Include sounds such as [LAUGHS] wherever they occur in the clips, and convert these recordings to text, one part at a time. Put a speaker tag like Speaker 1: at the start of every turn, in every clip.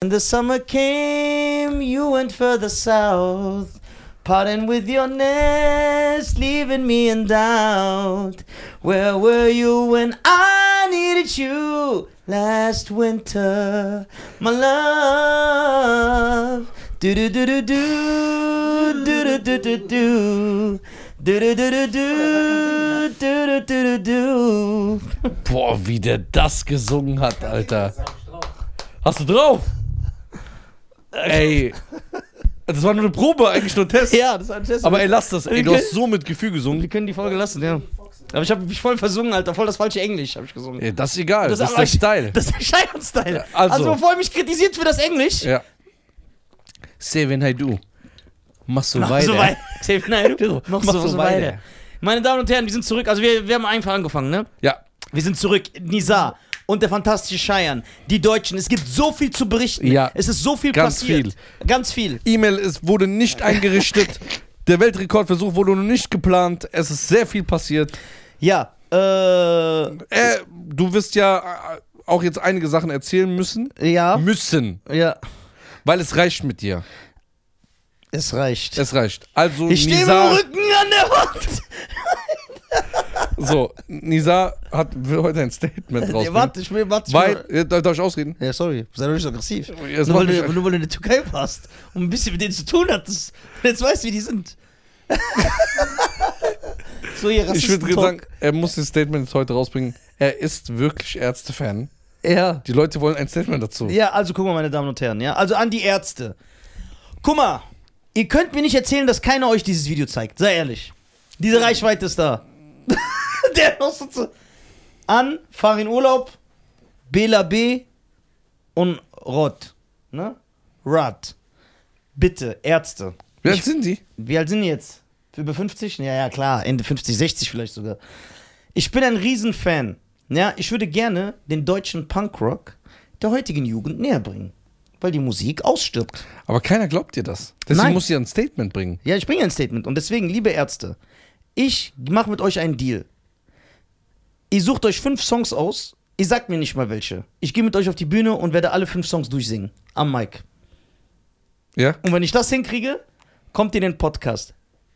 Speaker 1: When the summer came, you went further south. Parting with your nest, leaving me in doubt. Where were you when I needed you last winter, my love? Do do do do do do do do do do do do do do do do do do. [LAUGHS]
Speaker 2: Boah, wie der das gesungen hat, Alter. Hast du drauf? Ey. Das war nur eine Probe, eigentlich nur ein Test.
Speaker 1: Ja, das war ein Test.
Speaker 2: Aber ey, lass das. Ey, du
Speaker 1: Okay.
Speaker 2: hast so mit Gefühl gesungen.
Speaker 1: Wir können die Folge lassen, ja. Aber ich habe mich voll versungen, Alter. Voll das falsche Englisch habe ich gesungen.
Speaker 2: Ey, das ist egal. Das, ist
Speaker 1: aber
Speaker 2: dein
Speaker 1: ich-
Speaker 2: Style.
Speaker 1: Das ist der Scheiern-Style.
Speaker 2: Ja, also.
Speaker 1: also. bevor ihr mich kritisiert für das Englisch.
Speaker 2: ja. Say when I do. Machst du
Speaker 1: noch so
Speaker 2: weiter.
Speaker 1: weit.
Speaker 2: [LAUGHS]
Speaker 1: Safe, nein, du- noch
Speaker 2: Mach
Speaker 1: so,
Speaker 2: so
Speaker 1: so
Speaker 2: weiter.
Speaker 1: weiter. Meine Damen und Herren, wir sind zurück. Also wir, wir haben einfach angefangen, ne?
Speaker 2: Ja.
Speaker 1: Wir sind zurück. Nizar und der fantastische Scheiern. Die Deutschen. Es gibt so viel zu berichten.
Speaker 2: Ja.
Speaker 1: Es ist so viel
Speaker 2: Ganz
Speaker 1: passiert. Ganz viel.
Speaker 2: E-Mail ist, wurde nicht eingerichtet. Der Weltrekordversuch wurde noch nicht geplant. Es ist sehr viel passiert.
Speaker 1: Ja. Äh,
Speaker 2: Äh, du wirst ja äh, auch jetzt einige Sachen erzählen müssen.
Speaker 1: ja.
Speaker 2: Müssen.
Speaker 1: Ja.
Speaker 2: Weil es reicht mit dir.
Speaker 1: Es reicht.
Speaker 2: Es reicht. Also,
Speaker 1: ich stehe mit dem
Speaker 2: Nisa,
Speaker 1: Rücken an der Wand.
Speaker 2: so, Nisa hat, will heute ein Statement rausbringen.
Speaker 1: Äh, Warte, ich will, warte. ich will-
Speaker 2: ne? Weil, äh, darf darf ich ausreden?
Speaker 1: Ja, sorry, sei doch nicht so aggressiv.
Speaker 2: Ja, es
Speaker 1: Nur
Speaker 2: macht
Speaker 1: weil,
Speaker 2: mich-
Speaker 1: du, nur weil du in der Türkei warst und ein bisschen mit denen zu tun hattest. Und jetzt weißt du, wie die
Speaker 2: [LAUGHS]
Speaker 1: sind. so ihr
Speaker 2: Ich würde
Speaker 1: Rassisten-Talk.
Speaker 2: sagen, er muss das Statement jetzt heute rausbringen. Er ist wirklich Ärzte-Fan.
Speaker 1: Ja.
Speaker 2: Die Leute wollen ein Statement dazu.
Speaker 1: ja, also guck mal, meine Damen und Herren. Ja? Also an die Ärzte. Guck mal, ihr könnt mir nicht erzählen, dass keiner euch dieses Video zeigt. Sei ehrlich. Diese Reichweite ist da. [LAUGHS] der noch so zu. An, fahr in Urlaub, Bela B und Rod. Ne? Rod. Bitte, Ärzte.
Speaker 2: Wer sind die?
Speaker 1: Wie alt sind die jetzt? Über 50? Ja, ja, klar. Ende 50, 60 vielleicht sogar. Ich bin ein Riesenfan. Ja, ich würde gerne den deutschen Punkrock der heutigen Jugend näher bringen. Weil die Musik ausstirbt.
Speaker 2: Aber keiner glaubt dir das. Deswegen
Speaker 1: Nein.
Speaker 2: muss sie ein Statement bringen.
Speaker 1: Ja, ich bringe ein Statement. Und deswegen, liebe Ärzte, ich mache mit euch einen Deal. Ihr sucht euch fünf Songs aus. Ihr sagt mir nicht mal welche. Ich gehe mit euch auf die Bühne und werde alle fünf Songs durchsingen. Am Mic.
Speaker 2: Ja?
Speaker 1: Und wenn ich das hinkriege, kommt ihr in den Podcast.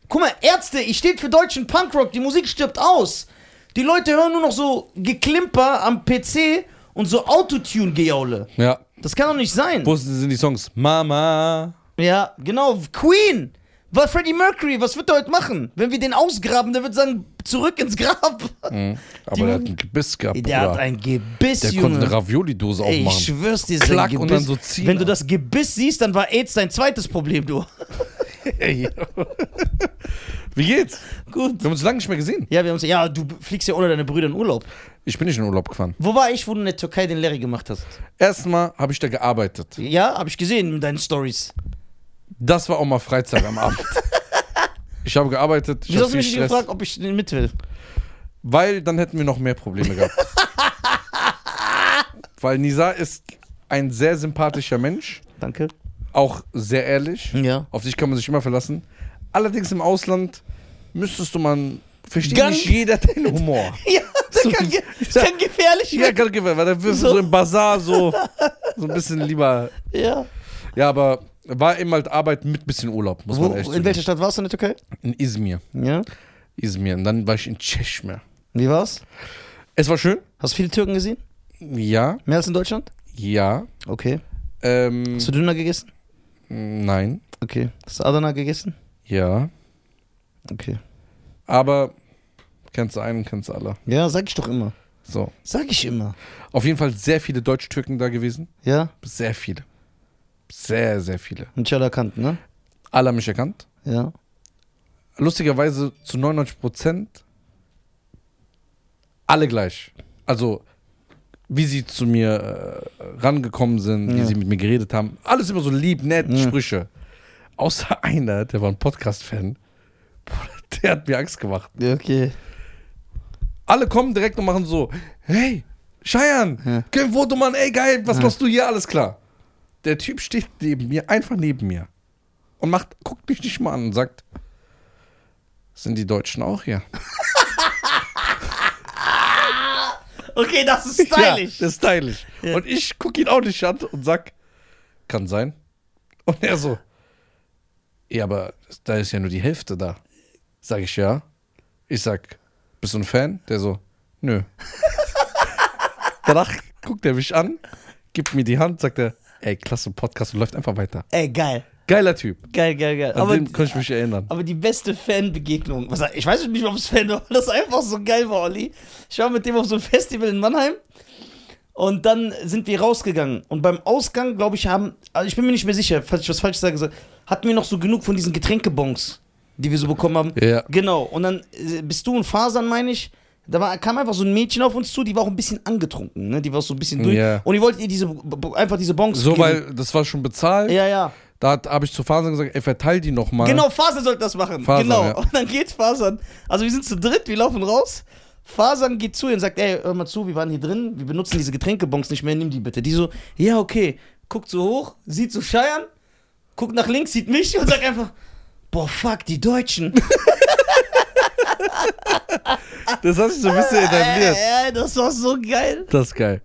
Speaker 1: Guck mal, Ärzte, ich steht für deutschen Punkrock, die Musik stirbt aus. Die Leute hören nur noch so Geklimper am PC und so Autotune-Gejaule.
Speaker 2: Ja.
Speaker 1: Das kann doch nicht sein.
Speaker 2: Wo sind die Songs? Mama.
Speaker 1: Ja, genau, Queen. War Freddie Mercury, was wird er heute machen? Wenn wir den ausgraben, der wird sagen, zurück ins Grab.
Speaker 2: Aber
Speaker 1: Die-
Speaker 2: der hat ein Gebiss
Speaker 1: [LAUGHS]
Speaker 2: gehabt,
Speaker 1: Der hat
Speaker 2: Bruder.
Speaker 1: ein Gebiss,
Speaker 2: Mhm. Der konnte
Speaker 1: Junge.
Speaker 2: eine Ravioli-Dose
Speaker 1: Ey,
Speaker 2: aufmachen.
Speaker 1: ich schwör's dir,
Speaker 2: Klack
Speaker 1: sein
Speaker 2: und
Speaker 1: Gebiss.
Speaker 2: dann so ziehen.
Speaker 1: Wenn du das Gebiss siehst, dann war AIDS dein zweites Problem, du. [LAUGHS]
Speaker 2: Ey. Wie geht's?
Speaker 1: Gut.
Speaker 2: Wir haben uns lange nicht mehr gesehen.
Speaker 1: Ja, wir haben uns, ja, du fliegst ja ohne deine Brüder in Urlaub.
Speaker 2: Ich bin nicht in Urlaub gefahren.
Speaker 1: Wo war ich, wo du in der Türkei den Larry gemacht hast?
Speaker 2: Erstmal habe ich da gearbeitet.
Speaker 1: Ja, habe ich gesehen in deinen Stories.
Speaker 2: Das war auch mal Freizeit am
Speaker 1: [LAUGHS]
Speaker 2: Abend. Ich habe gearbeitet. Ich
Speaker 1: Wieso
Speaker 2: habe
Speaker 1: hast du
Speaker 2: viel
Speaker 1: mich nicht
Speaker 2: Stress.
Speaker 1: gefragt, ob ich mit will?
Speaker 2: Weil dann hätten wir noch mehr
Speaker 1: [LAUGHS]
Speaker 2: Probleme gehabt. Weil Nisa ist ein sehr sympathischer Mensch,
Speaker 1: Danke.
Speaker 2: auch sehr ehrlich.
Speaker 1: Ja.
Speaker 2: Auf dich kann man sich immer verlassen. Allerdings im Ausland müsstest du man versteht
Speaker 1: Ganz-
Speaker 2: nicht jeder den
Speaker 1: [LAUGHS]
Speaker 2: Humor.
Speaker 1: [LAUGHS] Ja, das, kann, ge das kann gefährlich
Speaker 2: Ja,
Speaker 1: werden.
Speaker 2: gerade gewählt, weil der wirft so.
Speaker 1: So.
Speaker 2: im Bazar so, so ein bisschen lieber.
Speaker 1: Ja.
Speaker 2: Ja, aber war eben halt Arbeit mit bisschen Urlaub, muss
Speaker 1: Wo,
Speaker 2: man echt
Speaker 1: in
Speaker 2: sagen.
Speaker 1: welcher Stadt warst du in der Türkei?
Speaker 2: In Izmir.
Speaker 1: Ja.
Speaker 2: Izmir. Und dann war ich in Tschechme.
Speaker 1: Wie war's?
Speaker 2: Es war schön.
Speaker 1: Hast du viele Türken gesehen?
Speaker 2: Ja,
Speaker 1: Mehr als in Deutschland?
Speaker 2: ja.
Speaker 1: Okay.
Speaker 2: Ähm,
Speaker 1: Hast du Döner gegessen?
Speaker 2: nein,
Speaker 1: Okay. Hast du Adana gegessen?
Speaker 2: ja.
Speaker 1: Okay.
Speaker 2: Aber kennst du einen, kennst du alle.
Speaker 1: Ja, sag ich doch immer.
Speaker 2: So.
Speaker 1: Sag ich immer.
Speaker 2: Auf jeden Fall sehr viele Deutsch-Türken da gewesen.
Speaker 1: Ja?
Speaker 2: Sehr viele. Sehr, sehr viele.
Speaker 1: Und Chalakant, ne?
Speaker 2: Alle haben mich erkannt.
Speaker 1: Ja.
Speaker 2: Lustigerweise zu 99 Prozent alle gleich. Also, wie sie zu mir äh, rangekommen sind, wie
Speaker 1: Ja.
Speaker 2: sie mit mir geredet haben. Alles immer so lieb, nett, Sprüche. Außer einer, der war ein Podcast-Fan. Bruder, Der hat mir Angst gemacht.
Speaker 1: Ja, okay.
Speaker 2: Alle kommen direkt und machen so: Hey, Scheiern,
Speaker 1: Ja.
Speaker 2: kein Foto, Mann, ey, geil, was machst du hier? Alles klar. Der Typ steht neben mir, einfach neben mir. Und macht, guckt mich nicht mal an und sagt: Sind die Deutschen auch hier?
Speaker 1: Okay, das ist stylisch.
Speaker 2: Ja, das ist stylisch. Und ich gucke ihn auch nicht an und sag: kann sein. Und er so, ja, aber da ist ja nur die Hälfte da. Sag ich ja. Ich sag, bist du ein Fan? Der so,
Speaker 1: [LAUGHS]
Speaker 2: nö. Danach guckt er mich an, gibt mir die Hand, sagt er, ey, klasse Podcast und läuft einfach weiter.
Speaker 1: Ey, geil.
Speaker 2: Geiler Typ.
Speaker 1: Geil, geil, geil.
Speaker 2: An
Speaker 1: Aber,
Speaker 2: den kann ich mich erinnern.
Speaker 1: aber die beste Fanbegegnung, was, ich weiß nicht, ob es Fan war, aber das einfach so geil war, Olli. Ich war mit dem auf so einem Festival in Mannheim und dann sind wir rausgegangen. Und beim Ausgang, glaube ich, haben, also ich bin mir nicht mehr sicher, falls ich was falsch sage, hatten wir noch so genug von diesen Getränkebons, die wir so bekommen haben.
Speaker 2: Ja.
Speaker 1: Genau, und dann äh, bist du und Fasern, meine ich. Da war, kam einfach so ein Mädchen auf uns zu, die war auch ein bisschen angetrunken, ne? Die war so ein bisschen durch.
Speaker 2: Mm, Ja.
Speaker 1: Und die wollte ihr diese, b- b- einfach diese Bons
Speaker 2: So,
Speaker 1: geben.
Speaker 2: weil das war schon bezahlt.
Speaker 1: Ja, ja.
Speaker 2: Da habe ich zu Fasern gesagt, ey, verteil die nochmal.
Speaker 1: Genau, Fasan sollte das machen.
Speaker 2: Fasan,
Speaker 1: genau.
Speaker 2: ja.
Speaker 1: Und dann geht Fasan. Also wir sind zu dritt, wir laufen raus. Fasan geht zu ihr und sagt, ey, hör mal zu, wir waren hier drin, wir benutzen diese Getränkebons nicht mehr, nimm die bitte. Die so, ja, okay. Guckt so hoch, sieht so Scheiern, guckt nach links, sieht mich und sagt einfach, boah, fuck, die
Speaker 2: [LAUGHS]
Speaker 1: Deutschen.
Speaker 2: Das hast du so ein bisschen etabliert.
Speaker 1: [LAUGHS] Äh, äh, das war so geil.
Speaker 2: Das ist geil.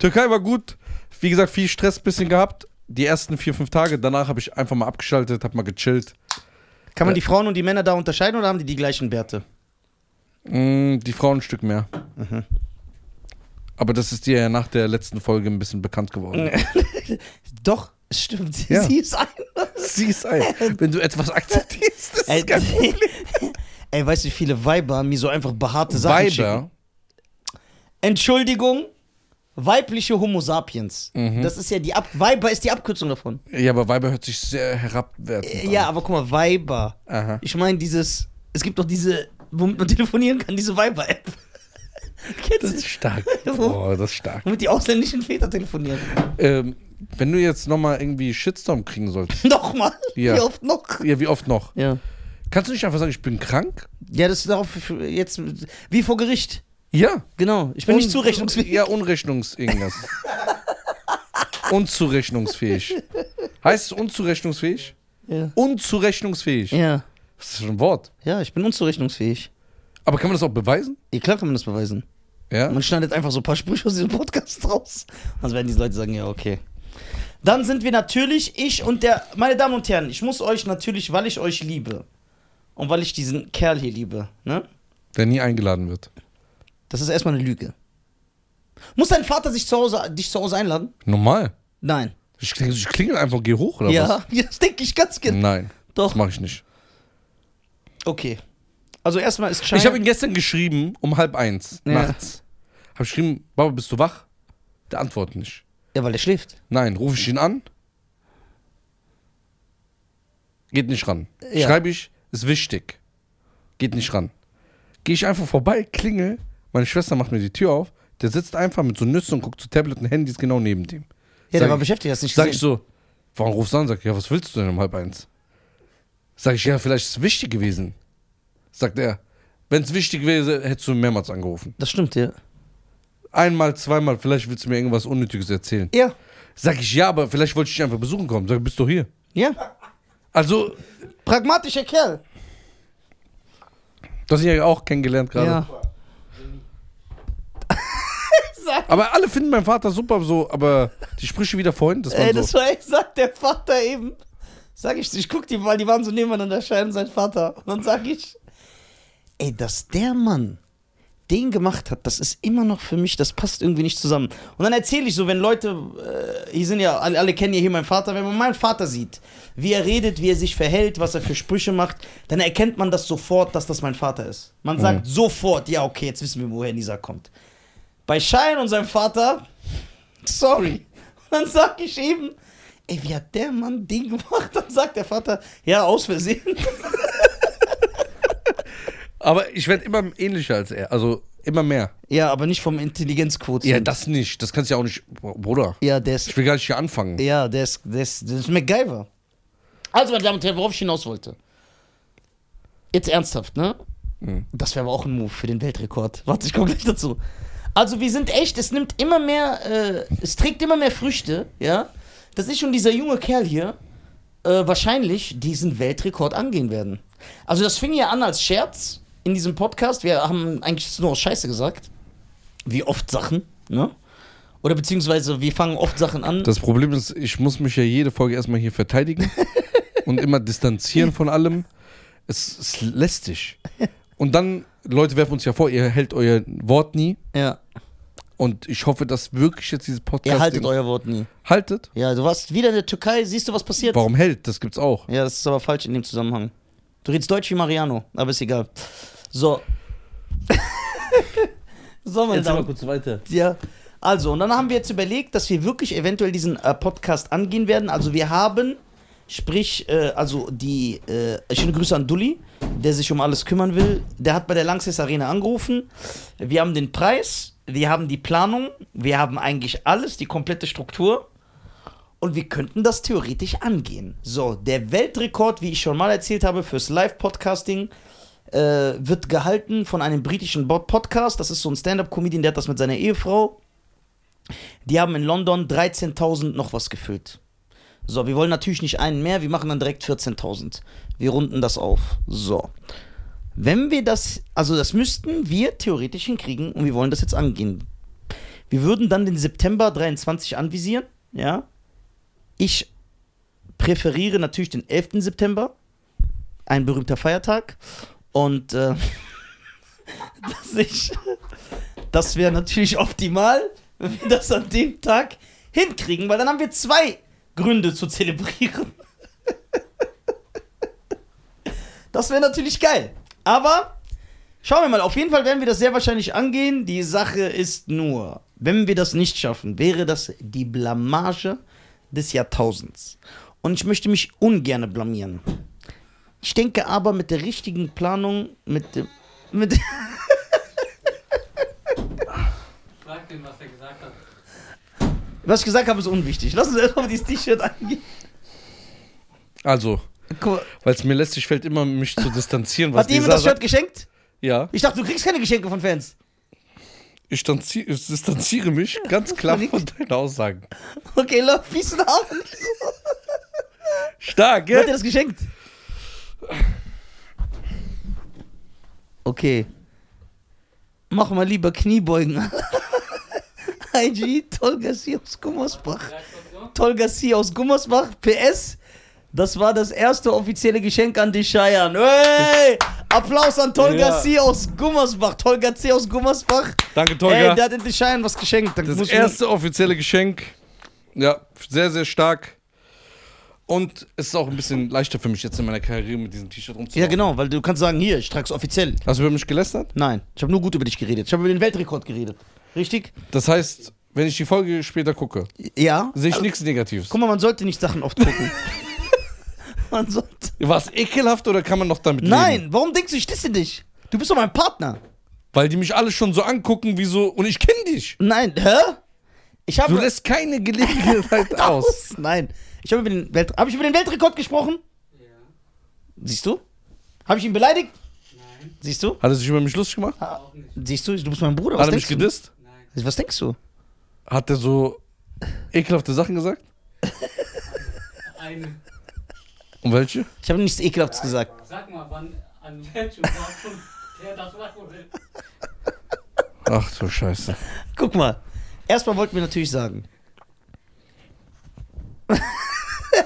Speaker 2: Türkei war gut. Wie gesagt, viel Stress bisschen gehabt. Die ersten vier, fünf Tage. Danach habe ich einfach mal abgeschaltet, habe mal gechillt.
Speaker 1: Kann man
Speaker 2: Ja.
Speaker 1: die Frauen und die Männer da unterscheiden oder haben die die gleichen
Speaker 2: [LAUGHS]
Speaker 1: Werte?
Speaker 2: Mm, die Frauen ein Stück mehr.
Speaker 1: Mhm.
Speaker 2: Aber das ist dir ja nach der letzten Folge ein bisschen bekannt geworden.
Speaker 1: Doch, es stimmt. Sie,
Speaker 2: Ja.
Speaker 1: sie ist ein.
Speaker 2: Sieh es ein. Wenn du etwas akzeptierst, das
Speaker 1: Ey,
Speaker 2: ist [LAUGHS] kein Problem.
Speaker 1: ey, weißt du, wie viele Weiber mir so einfach behaarte Sachen schicken?
Speaker 2: Weiber.
Speaker 1: Entschuldigung, weibliche Homo sapiens. Das ist ja die Ab Weiber ist die Abkürzung davon.
Speaker 2: Ja, aber Weiber hört sich sehr herabwertend an.
Speaker 1: Äh, Ja, aber guck mal, Weiber.
Speaker 2: Aha.
Speaker 1: Ich meine dieses, es gibt doch diese, womit man telefonieren kann, diese Weiber-App. [LAUGHS]
Speaker 2: Das
Speaker 1: Kennst du? [LAUGHS]
Speaker 2: ist stark. Boah, das ist stark.
Speaker 1: Womit die ausländischen Väter telefonieren. [LAUGHS]
Speaker 2: Ähm, wenn du jetzt nochmal irgendwie Shitstorm kriegen solltest.
Speaker 1: Nochmal.
Speaker 2: Ja.
Speaker 1: Wie oft noch?
Speaker 2: Ja, wie oft noch?
Speaker 1: Ja.
Speaker 2: Kannst du nicht einfach sagen, ich bin krank?
Speaker 1: Ja, das ist darauf für- jetzt wie vor Gericht.
Speaker 2: Ja.
Speaker 1: Genau. Ich bin nicht
Speaker 2: Un-
Speaker 1: zurechnungsfähig.
Speaker 2: Ja, unrechnungs irgendwas. unzurechnungsfähig. Heißt es unzurechnungsfähig?
Speaker 1: Ja.
Speaker 2: Unzurechnungsfähig.
Speaker 1: ja.
Speaker 2: Das ist schon ein Wort.
Speaker 1: Ja, ich bin unzurechnungsfähig.
Speaker 2: Aber kann man das auch beweisen?
Speaker 1: Ja, klar kann man das beweisen.
Speaker 2: Ja.
Speaker 1: Man schneidet einfach so ein paar Sprüche aus diesem Podcast raus. Dann werden diese Leute sagen, ja, okay. Dann sind wir natürlich, ich und der, meine Damen und Herren, ich muss euch natürlich, weil ich euch liebe und weil ich diesen Kerl hier liebe, ne?
Speaker 2: Der nie eingeladen wird.
Speaker 1: Das ist erstmal eine Lüge. Muss dein Vater sich zu Hause, dich zu Hause einladen?
Speaker 2: Normal.
Speaker 1: Nein.
Speaker 2: Ich, kling- ich klingel einfach, geh hoch oder was? Hm.
Speaker 1: Ja, ja, [LAUGHS] das denke ich ganz genau.
Speaker 2: Nein. Das
Speaker 1: Doch.
Speaker 2: mache ich nicht.
Speaker 1: Okay. Also erstmal ist
Speaker 2: Ich habe
Speaker 1: Schein.
Speaker 2: ihm gestern geschrieben, um halb eins
Speaker 1: Ja.
Speaker 2: nachts. Habe ich geschrieben, Baba, bist du wach? Der antwortet nicht.
Speaker 1: Ja, weil er schläft.
Speaker 2: Nein, rufe ich ihn an. Geht nicht ran.
Speaker 1: Ja.
Speaker 2: Schreibe ich, ist wichtig. Geht nicht ran. Gehe ich einfach vorbei, klingel, meine Schwester macht mir die Tür auf, der sitzt einfach mit so Nüssen und guckt zu Tablet und Handys genau neben dem.
Speaker 1: Ja,
Speaker 2: Sag
Speaker 1: der war
Speaker 2: ich-
Speaker 1: beschäftigt, hast nicht
Speaker 2: Sag ich
Speaker 1: gesehen.
Speaker 2: so, warum rufst du an? Sag ich, ja, was willst du denn um halb eins? Sag ich, ja, vielleicht ist es wichtig gewesen. Sagt er, wenn es wichtig wäre, hättest du mehrmals angerufen.
Speaker 1: Das stimmt, ja.
Speaker 2: Einmal, zweimal, vielleicht willst du mir irgendwas Unnötiges erzählen.
Speaker 1: Ja.
Speaker 2: Sag ich, ja, aber vielleicht wollte ich dich einfach besuchen kommen. Sag ich, bist du hier?
Speaker 1: Ja.
Speaker 2: Also,
Speaker 1: Pragmatischer Kerl.
Speaker 2: das habe ich ja auch kennengelernt gerade.
Speaker 1: Ja.
Speaker 2: Aber alle finden meinen Vater super so, aber die Sprüche wieder vorhin, das waren
Speaker 1: Ey,
Speaker 2: so.
Speaker 1: das war [LAUGHS] exakt der Vater eben. Sag ich, ich guck die mal, die waren so nebeneinander, scheinen sein Vater. Und dann sag ich, ey, dass der Mann den gemacht hat, das ist immer noch für mich, das passt irgendwie nicht zusammen. Und dann erzähle ich so, wenn Leute, äh, hier sind ja, alle, alle kennen ja hier meinen Vater, wenn man meinen Vater sieht, wie er redet, wie er sich verhält, was er für Sprüche macht, dann erkennt man das sofort, dass das mein Vater ist. Man sagt sofort, ja, okay, jetzt wissen wir, woher Nisa kommt. Bei Schein und seinem Vater, sorry. Und dann sag ich eben, ey, wie hat der Mann den gemacht? Dann sagt der Vater, ja, aus Versehen.
Speaker 2: aber ich werde immer ähnlicher als er, also immer mehr.
Speaker 1: Ja, aber nicht vom Intelligenzquotienten.
Speaker 2: Ja, das nicht, das kannst du ja auch nicht, Bruder.
Speaker 1: ja, der ist,
Speaker 2: Ich will gar nicht hier anfangen.
Speaker 1: ja, der ist, der ist, der ist MacGyver. Also, meine Damen und Herren, worauf ich hinaus wollte. Jetzt ernsthaft, ne? Das wäre aber auch ein Move für den Weltrekord. Warte, ich komme gleich dazu. Also, wir sind echt, es nimmt immer mehr, äh, es trägt immer mehr Früchte, ja? Dass ich und dieser junge Kerl hier äh, wahrscheinlich diesen Weltrekord angehen werden. Also, das fing ja an als Scherz in diesem Podcast. Wir haben eigentlich nur aus Scheiße gesagt. Wie oft Sachen, ne? Oder beziehungsweise wir fangen oft Sachen an.
Speaker 2: Das Problem ist, ich muss mich ja jede Folge erstmal
Speaker 1: [LAUGHS]
Speaker 2: hier verteidigen und immer distanzieren von allem. Es ist lästig. Und dann, Leute werfen uns ja vor, ihr hält euer Wort nie.
Speaker 1: ja.
Speaker 2: Und ich hoffe, dass wirklich jetzt dieses Podcast.
Speaker 1: Ihr haltet euer Wort nie.
Speaker 2: Haltet?
Speaker 1: Ja, du warst wieder in der Türkei. Siehst du, was passiert?
Speaker 2: Warum hält? Das gibt's auch.
Speaker 1: Ja, das ist aber falsch in dem Zusammenhang. Du redest Deutsch wie Mariano, aber ist egal. So. so, meine Damen
Speaker 2: kurz weiter.
Speaker 1: Ja. Also, und dann haben wir jetzt überlegt, dass wir wirklich eventuell diesen äh, Podcast angehen werden. Also, wir haben, sprich, äh, also die, äh, schöne Grüße an Dulli, der sich um alles kümmern will. Der hat bei der Lanxess Arena angerufen. Wir haben den Preis, wir haben die Planung, wir haben eigentlich alles, die komplette Struktur. Und wir könnten das theoretisch angehen. So, der Weltrekord, wie ich schon mal erzählt habe, fürs Live-Podcasting äh, wird gehalten von einem britischen Bo- Podcast. Das ist so ein Stand-Up-Comedian, der hat das mit seiner Ehefrau. Die haben in London 13.000 noch was gefüllt. So, wir wollen natürlich nicht einen mehr, wir machen dann direkt 14.000. Wir runden das auf. So. Wenn wir das, also das müssten wir theoretisch hinkriegen und wir wollen das jetzt angehen. Wir würden dann den September 23 anvisieren, ja. Ich präferiere natürlich den 11. September, ein berühmter Feiertag. Und äh, [LAUGHS] dass ich, das wäre natürlich optimal, wenn wir das an dem Tag hinkriegen, weil dann haben wir zwei Gründe zu zelebrieren. [LAUGHS] Das wäre natürlich geil. Aber schauen wir mal, auf jeden Fall werden wir das sehr wahrscheinlich angehen. Die Sache ist nur, wenn wir das nicht schaffen, wäre das die Blamage des Jahrtausends. Und ich möchte mich ungerne blamieren. Ich denke aber mit der richtigen Planung, mit dem. [LAUGHS] Mit
Speaker 3: Sag dem, was er gesagt hat.
Speaker 1: Was ich gesagt habe, ist unwichtig. Lass uns erstmal dieses T-Shirt angehen.
Speaker 2: Also,
Speaker 1: Guck mal,
Speaker 2: weil es mir lästig fällt, immer mich zu distanzieren. Was
Speaker 1: Hat jemand
Speaker 2: dieser
Speaker 1: das Shirt geschenkt?
Speaker 2: sagt. Ja,
Speaker 1: Ich dachte, du kriegst keine Geschenke von Fans. [LAUGHS]
Speaker 2: ich distanzi- ich distanziere mich ganz klar von deinen Aussagen.
Speaker 1: Okay, love, peace and Abend.
Speaker 2: Stark,
Speaker 1: Wer hat dir
Speaker 2: gell?
Speaker 1: das geschenkt? Okay. Mach mal lieber Kniebeugen. [LAUGHS] IG, Tolgasi aus Gummersbach.
Speaker 3: Sag das so.
Speaker 1: Tolgasi aus Gummersbach, PS. Das war das erste offizielle Geschenk an dich, Scheiern. Hey! Applaus an Tolgasi aus Gummersbach. Tolgasi aus Gummersbach.
Speaker 2: Danke,
Speaker 1: Ey,
Speaker 2: Tolga.
Speaker 1: der hat in Schein was geschenkt. Dann
Speaker 2: das
Speaker 1: muss
Speaker 2: erste offizielle Geschenk. Ja, sehr, sehr stark. Und es ist auch ein bisschen leichter für mich jetzt in meiner Karriere mit diesem T-Shirt
Speaker 1: man, ja,
Speaker 2: rumzulaufen.
Speaker 1: genau, weil du kannst sagen, hier, ich trag's offiziell.
Speaker 2: Hast du über mich gelästert?
Speaker 1: Nein, ich habe nur gut über dich geredet. Ich habe über den Weltrekord geredet. Richtig?
Speaker 2: Das heißt, wenn ich die Folge später gucke,
Speaker 1: Ja.
Speaker 2: sehe ich nichts Negatives.
Speaker 1: Guck mal, man sollte nicht Sachen oft gucken. [LAUGHS] man sollte.
Speaker 2: War es ekelhaft oder kann man noch damit leben?
Speaker 1: Nein, warum denkst du, ich disse dich? Du bist doch mein Partner.
Speaker 2: Weil die mich alle schon so angucken, wie so, und ich kenne dich.
Speaker 1: Nein, hä? Ich
Speaker 2: Du
Speaker 1: habe.
Speaker 2: lässt keine
Speaker 1: [LAUGHS]
Speaker 2: Gelegenheit aus.
Speaker 1: Nein. Ich habe über, den Welt- hab ich über den Weltrekord gesprochen.
Speaker 3: Ja.
Speaker 1: Siehst du? Habe ich ihn beleidigt?
Speaker 3: Nein.
Speaker 1: Siehst du?
Speaker 2: Hat er sich über mich lustig gemacht?
Speaker 3: Auch nicht.
Speaker 1: Siehst du, du bist mein Bruder. Was
Speaker 2: Hat er mich
Speaker 1: denkst du?
Speaker 2: gedisst?
Speaker 3: Nein.
Speaker 1: Was denkst du?
Speaker 2: Hat er so ekelhafte Sachen gesagt?
Speaker 3: Eine.
Speaker 2: Und welche?
Speaker 1: Ich habe nichts Ekelhaftes gesagt.
Speaker 3: Sag mal, wann, an welchem Datum der das machen will.
Speaker 2: Ach du Scheiße.
Speaker 1: Guck mal. Erstmal wollten wir natürlich sagen. [LAUGHS]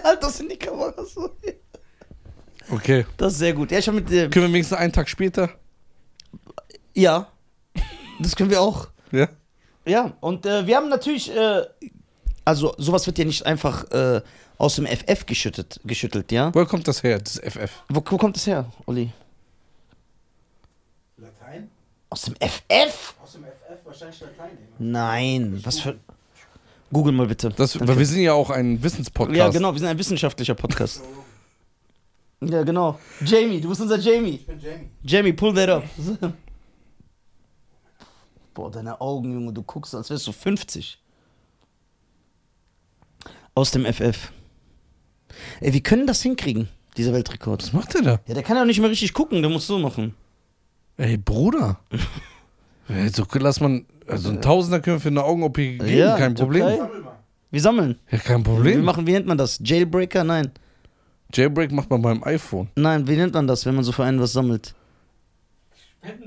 Speaker 1: halt das in die Kamera so.
Speaker 2: Okay.
Speaker 1: Das ist sehr gut. Ja, ich habe mit dem.
Speaker 2: Können wir wenigstens einen Tag später?
Speaker 1: Ja. Das können wir auch.
Speaker 2: Ja.
Speaker 1: Ja, und äh, wir haben natürlich. Äh, also, sowas wird ja nicht einfach äh, aus dem FF geschüttet, geschüttelt, ja?
Speaker 2: Woher kommt das her, das FF?
Speaker 1: Wo, wo kommt das her, Olli?
Speaker 4: Latein?
Speaker 1: Aus dem FF?
Speaker 4: Aus dem FF wahrscheinlich Latein nehmen.
Speaker 1: Nein. Was für. Google mal bitte.
Speaker 2: Das,
Speaker 1: Danke.
Speaker 2: weil wir sind ja auch ein Wissenspodcast.
Speaker 1: ja, genau, wir sind ein wissenschaftlicher Podcast.
Speaker 4: So,
Speaker 1: Ja, genau. Jamie, du bist unser Jamie.
Speaker 4: ich bin Jamie.
Speaker 1: Jamie, pull that up. [LAUGHS] Boah, deine Augen, Junge, du guckst, als wärst du 50. Aus dem FF. Ey, wie können das hinkriegen, dieser Weltrekord?
Speaker 2: Was macht der da?
Speaker 1: Ja, der kann ja nicht mehr richtig gucken, der muss so machen. [LAUGHS]
Speaker 2: Ey, Bruder. Ey, so lass man. Also ein Tausender können wir für eine Augen-OP geben,
Speaker 1: Ja,
Speaker 2: kein Problem.
Speaker 1: Türkei.
Speaker 4: Sammel mal.
Speaker 1: Wir sammeln.
Speaker 2: Ja, kein
Speaker 1: Wir
Speaker 2: Problem.
Speaker 1: machen, wie nennt man das? Jailbreaker? Nein.
Speaker 2: Jailbreak macht man beim iPhone.
Speaker 1: Nein, wie nennt man das, wenn man so für einen was sammelt?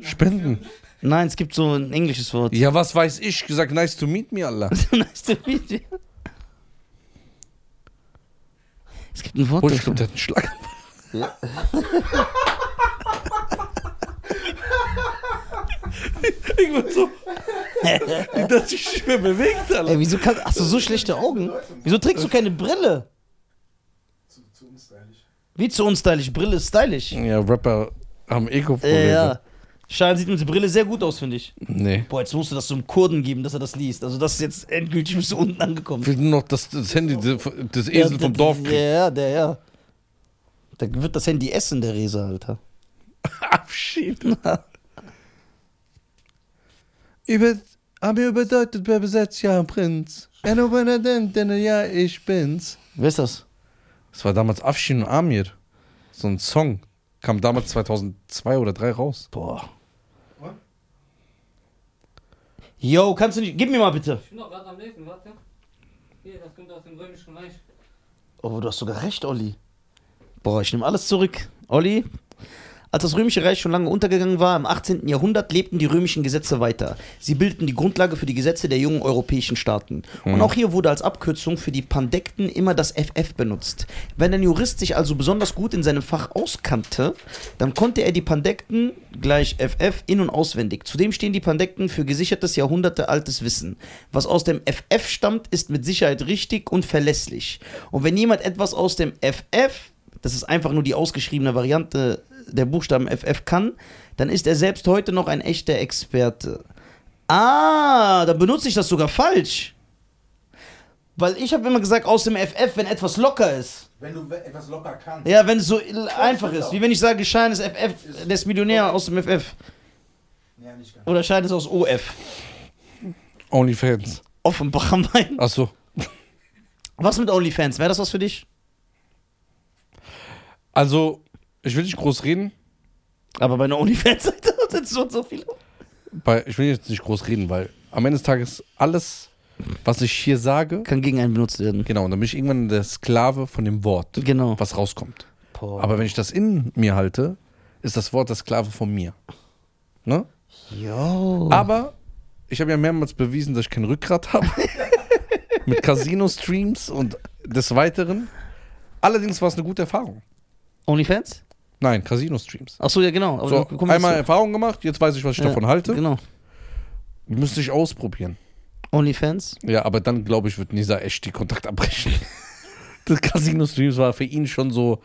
Speaker 2: Spenden.
Speaker 1: Nein, es gibt so ein englisches Wort. [LAUGHS]
Speaker 2: Ja, was weiß ich? Gesagt, nice to meet me, Allah.
Speaker 1: nice to meet you. Es gibt ein Wort
Speaker 2: Oh, ich
Speaker 1: dafür.
Speaker 2: glaube, der hat einen Schlag. Irgendwann so.
Speaker 1: [LAUGHS]
Speaker 2: Die hat sich nicht mehr bewegt, Alter.
Speaker 1: Ey, wieso kannst, hast du so schlechte Augen? Wieso trägst du keine Brille?
Speaker 4: Zu, zu unstylisch.
Speaker 1: Wie zu uns stylisch. Brille ist stylisch.
Speaker 2: Ja, Rapper haben Ego-Probleme.
Speaker 1: Äh, ja. Schein sieht mit der Brille sehr gut aus, finde ich.
Speaker 2: Nee.
Speaker 1: Boah, jetzt musst du das zum Kurden geben, dass er das liest. Also das ist jetzt endgültig bis zu unten angekommen.
Speaker 2: Ich will nur noch das, das Handy des des Esel
Speaker 1: Ja,
Speaker 2: vom
Speaker 1: d-
Speaker 2: Dorf
Speaker 1: Ja,
Speaker 2: kriegen.
Speaker 1: ja, der, ja. Da wird das Handy essen, der Resa,
Speaker 2: [LAUGHS]
Speaker 1: Alter.
Speaker 2: Abschied. über, aber bedeutet, wer besetzt, ja, Prinz. And when I denn, denn ja, ich bin's.
Speaker 1: Wer ist das?
Speaker 2: Das war damals Afshin und Amir. So ein Song. Kam damals 2002 oder 3 raus.
Speaker 1: Boah. Yo, kannst du nicht. Gib mir mal bitte.
Speaker 3: Ich bin doch gerade am Lesen, warte. Hier, das kommt aus dem Römischen Reich.
Speaker 1: Oh, du hast sogar recht, Olli. Boah, ich nehme alles zurück. Olli, als das Römische Reich schon lange untergegangen war, im 18. Jahrhundert lebten die römischen Gesetze weiter. Sie bildeten die Grundlage für die Gesetze der jungen europäischen Staaten. Und auch hier wurde als Abkürzung für die Pandekten immer das FF benutzt. Wenn ein Jurist sich also besonders gut in seinem Fach auskannte, dann konnte er die Pandekten gleich FF in- und auswendig. Zudem stehen die Pandekten für gesichertes jahrhundertealtes Wissen. Was aus dem FF stammt, ist mit Sicherheit richtig und verlässlich. Und wenn jemand etwas aus dem FF das ist einfach nur die ausgeschriebene Variante der Buchstaben FF kann, dann ist er selbst heute noch ein echter Experte. Ah, dann benutze ich das sogar falsch. Weil ich habe immer gesagt, aus dem FF, wenn etwas locker ist.
Speaker 4: Wenn du we- etwas locker kannst.
Speaker 1: Ja, wenn es so l- einfach ist. Wie wenn ich sage, Schein ist FF, des Millionär aus dem FF.
Speaker 4: Ja, nicht ganz.
Speaker 1: Oder Schein ist aus OF.
Speaker 2: Onlyfans. Also,
Speaker 1: Offenbach [LAUGHS] am Main.
Speaker 2: Achso.
Speaker 1: Was mit OnlyFans? Wäre das was für dich?
Speaker 2: Also, ich will nicht groß reden.
Speaker 1: Aber bei einer [LAUGHS] OnlyFans-Seite sind schon so viele.
Speaker 2: Weil ich will jetzt nicht groß reden, weil am Ende des Tages alles, was ich hier sage,
Speaker 1: Kann gegen einen benutzt werden.
Speaker 2: genau, und dann bin ich irgendwann der Sklave von dem Wort,
Speaker 1: Genau.
Speaker 2: was rauskommt.
Speaker 1: Boah.
Speaker 2: Aber wenn ich das in mir halte, ist das Wort der Sklave von mir. Ne?
Speaker 1: Yo.
Speaker 2: Aber ich habe ja mehrmals bewiesen, dass ich kein Rückgrat
Speaker 1: [LAUGHS]
Speaker 2: habe. Mit Casino-Streams und des Weiteren. Allerdings war es eine gute Erfahrung.
Speaker 1: OnlyFans?
Speaker 2: Nein, Casino-Streams.
Speaker 1: Ach so, ja, genau. Aber
Speaker 2: So,
Speaker 1: da kommen wir
Speaker 2: einmal
Speaker 1: zu-
Speaker 2: Erfahrung gemacht, jetzt weiß ich, was ich davon halte.
Speaker 1: Genau.
Speaker 2: Müsste ich ausprobieren.
Speaker 1: OnlyFans?
Speaker 2: Ja, aber dann, glaube ich, wird Nisa echt die Kontakt abbrechen. [LAUGHS] das Casino-Streams war für ihn schon so,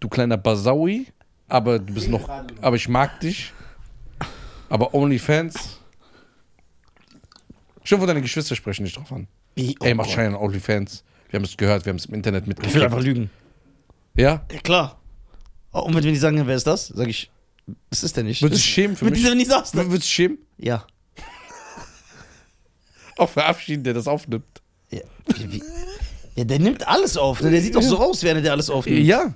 Speaker 2: du kleiner Basaui, aber du bist noch, aber ich mag dich. Aber OnlyFans. Schon von deinen Geschwistern sprechen nicht drauf an. Ey, mach Schein an OnlyFans. Wir haben es gehört, wir haben es im Internet
Speaker 1: Ich will
Speaker 2: mitgekriegt.
Speaker 1: einfach lügen.
Speaker 2: Ja?
Speaker 1: Ja, klar. Oh, Und wenn die sagen, wer ist das, sage ich, das ist der nicht.
Speaker 2: Würdest du schämen für
Speaker 1: Wenn
Speaker 2: mich?
Speaker 1: die- wenn ich sagst,
Speaker 2: Wür-
Speaker 1: ne?
Speaker 2: Würdest du schämen?
Speaker 1: Ja.
Speaker 2: Auch verabschieden, der das aufnimmt.
Speaker 1: Ja. Wie, wie? ja, der nimmt alles auf. Ne? Der sieht doch
Speaker 2: [LAUGHS]
Speaker 1: so aus, wie einer, der alles aufnimmt.
Speaker 2: Ja.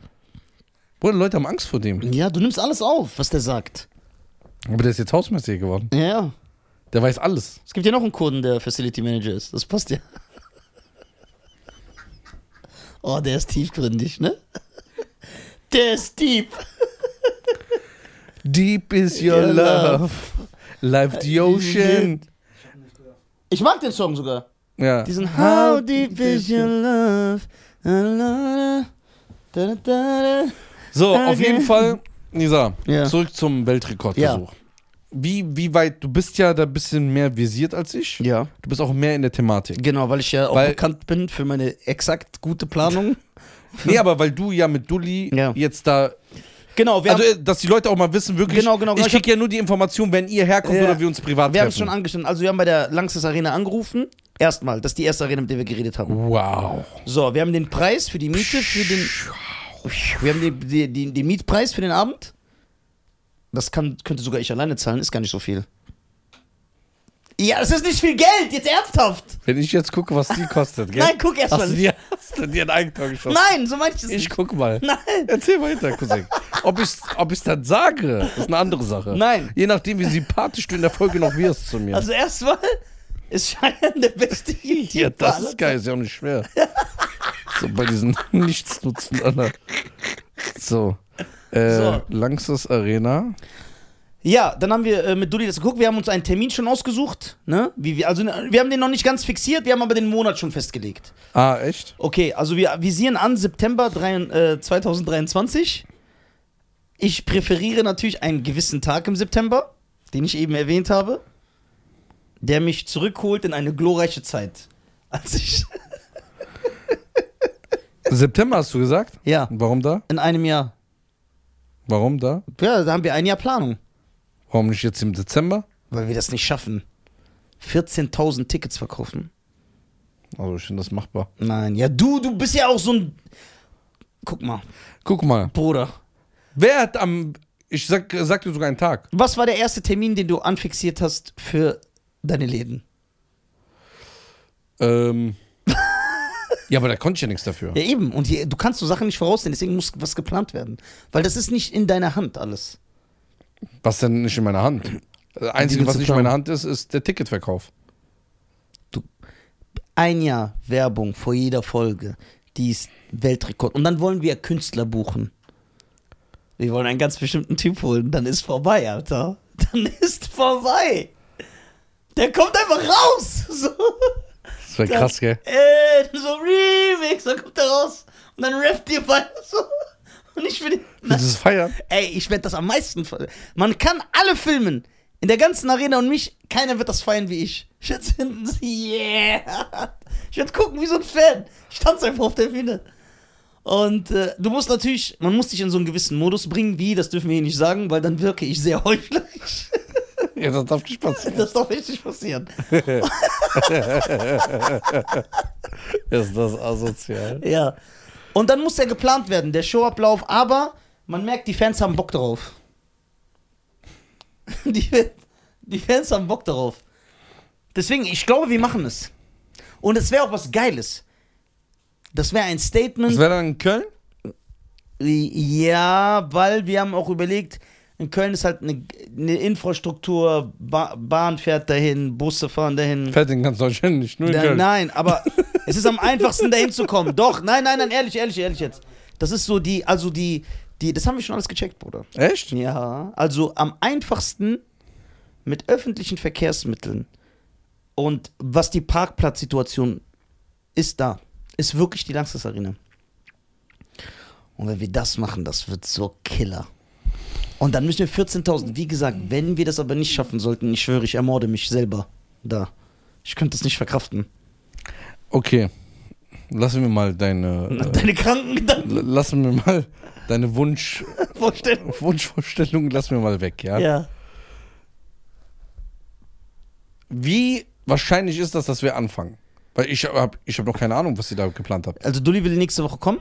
Speaker 2: Bruder, Leute haben Angst vor dem.
Speaker 1: Ja, du nimmst alles auf, was der sagt.
Speaker 2: Aber der ist jetzt Hausmeister geworden.
Speaker 1: Ja, ja.
Speaker 2: Der weiß alles.
Speaker 1: Es gibt ja noch einen Kurden, der Facility Manager ist. Das passt ja. Oh, der ist tiefgründig, ne? Der ist deep.
Speaker 2: Deep is your
Speaker 1: Your Äh,
Speaker 2: love. Life the ocean.
Speaker 1: Ich mag den Song sogar.
Speaker 2: Ja.
Speaker 1: Diesen How deep is your love? La, la, la, da, da, da, da.
Speaker 2: So, auf
Speaker 1: Okay.
Speaker 2: jeden Fall, Nisa,
Speaker 1: Ja.
Speaker 2: zurück zum Weltrekordversuch. Wie, wie weit, du bist ja da ein bisschen mehr visiert als ich.
Speaker 1: Ja,
Speaker 2: Du bist auch mehr in der Thematik.
Speaker 1: genau, weil ich ja auch
Speaker 2: Weil-
Speaker 1: bekannt bin für meine exakt gute Planung.
Speaker 2: Nee, aber weil du ja mit Dulli
Speaker 1: Ja.
Speaker 2: jetzt da.
Speaker 1: [LAUGHS] genau, wir
Speaker 2: also,
Speaker 1: haben
Speaker 2: äh, dass die Leute auch mal wissen, wirklich.
Speaker 1: Genau, genau, genau.
Speaker 2: Ich
Speaker 1: Ich
Speaker 2: krieg ja nur die Information, wenn ihr herkommt
Speaker 1: Ja.
Speaker 2: oder wir uns privat
Speaker 1: wir haben es
Speaker 2: treffen.
Speaker 1: schon angeschnitten. Also wir haben bei der Langsys Arena angerufen. Erstmal, das ist die erste Arena, mit der wir geredet haben.
Speaker 2: wow.
Speaker 1: So, wir haben den Preis für die Miete, für den. Wir haben den, den, den, den Mietpreis für den Abend. Das kann, könnte sogar ich alleine zahlen, ist gar nicht so viel. Ja, das ist nicht viel Geld, jetzt ernsthaft.
Speaker 2: Wenn ich jetzt gucke, was die kostet, gell?
Speaker 1: [LAUGHS] Nein, guck erst mal.
Speaker 2: Hast du dir, hast du dir ein Eigentor geschossen?
Speaker 1: Nein, so meine ich das
Speaker 2: Ich
Speaker 1: nicht.
Speaker 2: guck mal.
Speaker 1: [LAUGHS] Nein.
Speaker 2: Erzähl weiter, Cousin. Ob ich es ob ich's dann sage, ist eine andere Sache.
Speaker 1: Nein.
Speaker 2: Je nachdem, wie sympathisch du in der Folge noch wirst zu mir.
Speaker 1: Also erstmal [LAUGHS] ist Cheyenne der beste YouTuber.
Speaker 2: [LAUGHS] ja, das
Speaker 1: aller
Speaker 2: ist geil, ist ja auch nicht schwer. So bei diesen [LAUGHS] Nichtsnutzen, Alter. So. Äh,
Speaker 1: So.
Speaker 2: Langsys Arena.
Speaker 1: Ja, dann haben wir äh, mit Dulli das geguckt. Wir haben uns einen Termin schon ausgesucht. Ne? Wie, wir- also, ne, wir haben den noch nicht ganz fixiert, wir haben aber den Monat schon festgelegt.
Speaker 2: Ah, echt?
Speaker 1: Okay, also wir visieren an September drei, äh, 2023. Ich präferiere natürlich einen gewissen Tag im September, den ich eben erwähnt habe, der mich zurückholt in eine glorreiche Zeit. [LAUGHS] Als ich,
Speaker 2: September hast du gesagt?
Speaker 1: ja,
Speaker 2: Warum da?
Speaker 1: in einem Jahr.
Speaker 2: Warum da?
Speaker 1: Ja, da haben wir ein Jahr Planung,
Speaker 2: Warum nicht jetzt im Dezember?
Speaker 1: weil wir das nicht schaffen. 14.000 Tickets verkaufen.
Speaker 2: Also ich finde das machbar.
Speaker 1: Nein, ja, du, du bist ja auch so ein. Guck mal,
Speaker 2: Guck mal,
Speaker 1: Bruder.
Speaker 2: wer hat am... Ich sag, sag dir sogar einen Tag.
Speaker 1: Was war der erste Termin, den du anfixiert hast für deine Läden? [LAUGHS]
Speaker 2: Ähm, ja, aber da konnte ich ja nichts dafür.
Speaker 1: Ja, eben. Und hier, du kannst so Sachen nicht voraussehen, deswegen muss was geplant werden. Weil das ist nicht in deiner Hand alles.
Speaker 2: Was denn nicht in meiner Hand? Das Einzige,
Speaker 1: Dinge
Speaker 2: was
Speaker 1: zu
Speaker 2: nicht in meiner
Speaker 1: planen.
Speaker 2: Hand ist, ist der Ticketverkauf.
Speaker 1: Ein Jahr Werbung vor jeder Folge. Die ist Weltrekord. Und dann wollen wir Künstler buchen. Wir wollen einen ganz bestimmten Typ holen. Dann ist vorbei, Alter. Dann ist vorbei. Der kommt einfach raus. [LAUGHS] So.
Speaker 2: Das wäre
Speaker 1: Dann-
Speaker 2: krass, gell?
Speaker 1: Ey, so Remix, dann kommt er raus und dann rappt ihr weiter so. Und ich bin.
Speaker 2: Das ist Feiern.
Speaker 1: Ey, ich werde das am meisten. fe- Man kann alle filmen. In der ganzen Arena und mich, keiner wird das feiern wie ich. Ich werde hinten so, [LAUGHS] yeah. Ich werde gucken wie so ein Fan. Ich tanze einfach auf der Bühne. Und äh, du musst natürlich, man muss dich in so einen gewissen Modus bringen, wie, das dürfen wir hier nicht sagen, weil dann wirke ich sehr [LAUGHS] heuchlerisch.
Speaker 2: Ja, das darf nicht passieren.
Speaker 1: Das darf echt nicht passieren.
Speaker 2: Ist das asozial?
Speaker 1: Ja. Und dann muss der geplant werden, der Showablauf, aber man merkt, die Fans haben Bock darauf. [LAUGHS] Die, die Fans haben Bock darauf. Deswegen, ich glaube, wir machen es. Und es wäre auch was Geiles. Das wäre ein
Speaker 2: Das
Speaker 1: Statement.
Speaker 2: wäre dann in Köln?
Speaker 1: Ja, weil wir haben auch überlegt, in Köln ist halt eine, eine Infrastruktur, ba Bahn fährt dahin, Busse fahren dahin.
Speaker 2: Fährt in ganz Deutschland nicht, nur in
Speaker 1: Da,
Speaker 2: Köln.
Speaker 1: nein, aber es ist am einfachsten dahin zu kommen. Doch, nein, nein, nein, ehrlich, ehrlich, ehrlich jetzt. Das ist so die, also die, die, das haben wir schon alles gecheckt, Bruder.
Speaker 2: Echt?
Speaker 1: Ja, also am einfachsten mit öffentlichen Verkehrsmitteln und was die Parkplatzsituation ist da, ist wirklich die Langsess Arena. Und wenn wir das machen, das wird so killer. Und dann müssen wir 14.000, wie gesagt, wenn wir das aber nicht schaffen sollten, ich schwöre, ich ermorde mich selber da. Ich könnte es nicht verkraften.
Speaker 2: Okay. Lassen wir mal deine.
Speaker 1: Deine kranken
Speaker 2: Äh,
Speaker 1: Gedanken
Speaker 2: l- lassen wir mal deine Wunsch,
Speaker 1: vorstellen.
Speaker 2: Wunschvorstellung lassen wir mal weg, ja?
Speaker 1: Ja.
Speaker 2: Wie wahrscheinlich ist das, dass wir anfangen? Weil ich habe ich hab noch keine Ahnung, was ihr da geplant habt.
Speaker 1: Also Dulli will nächste Woche kommen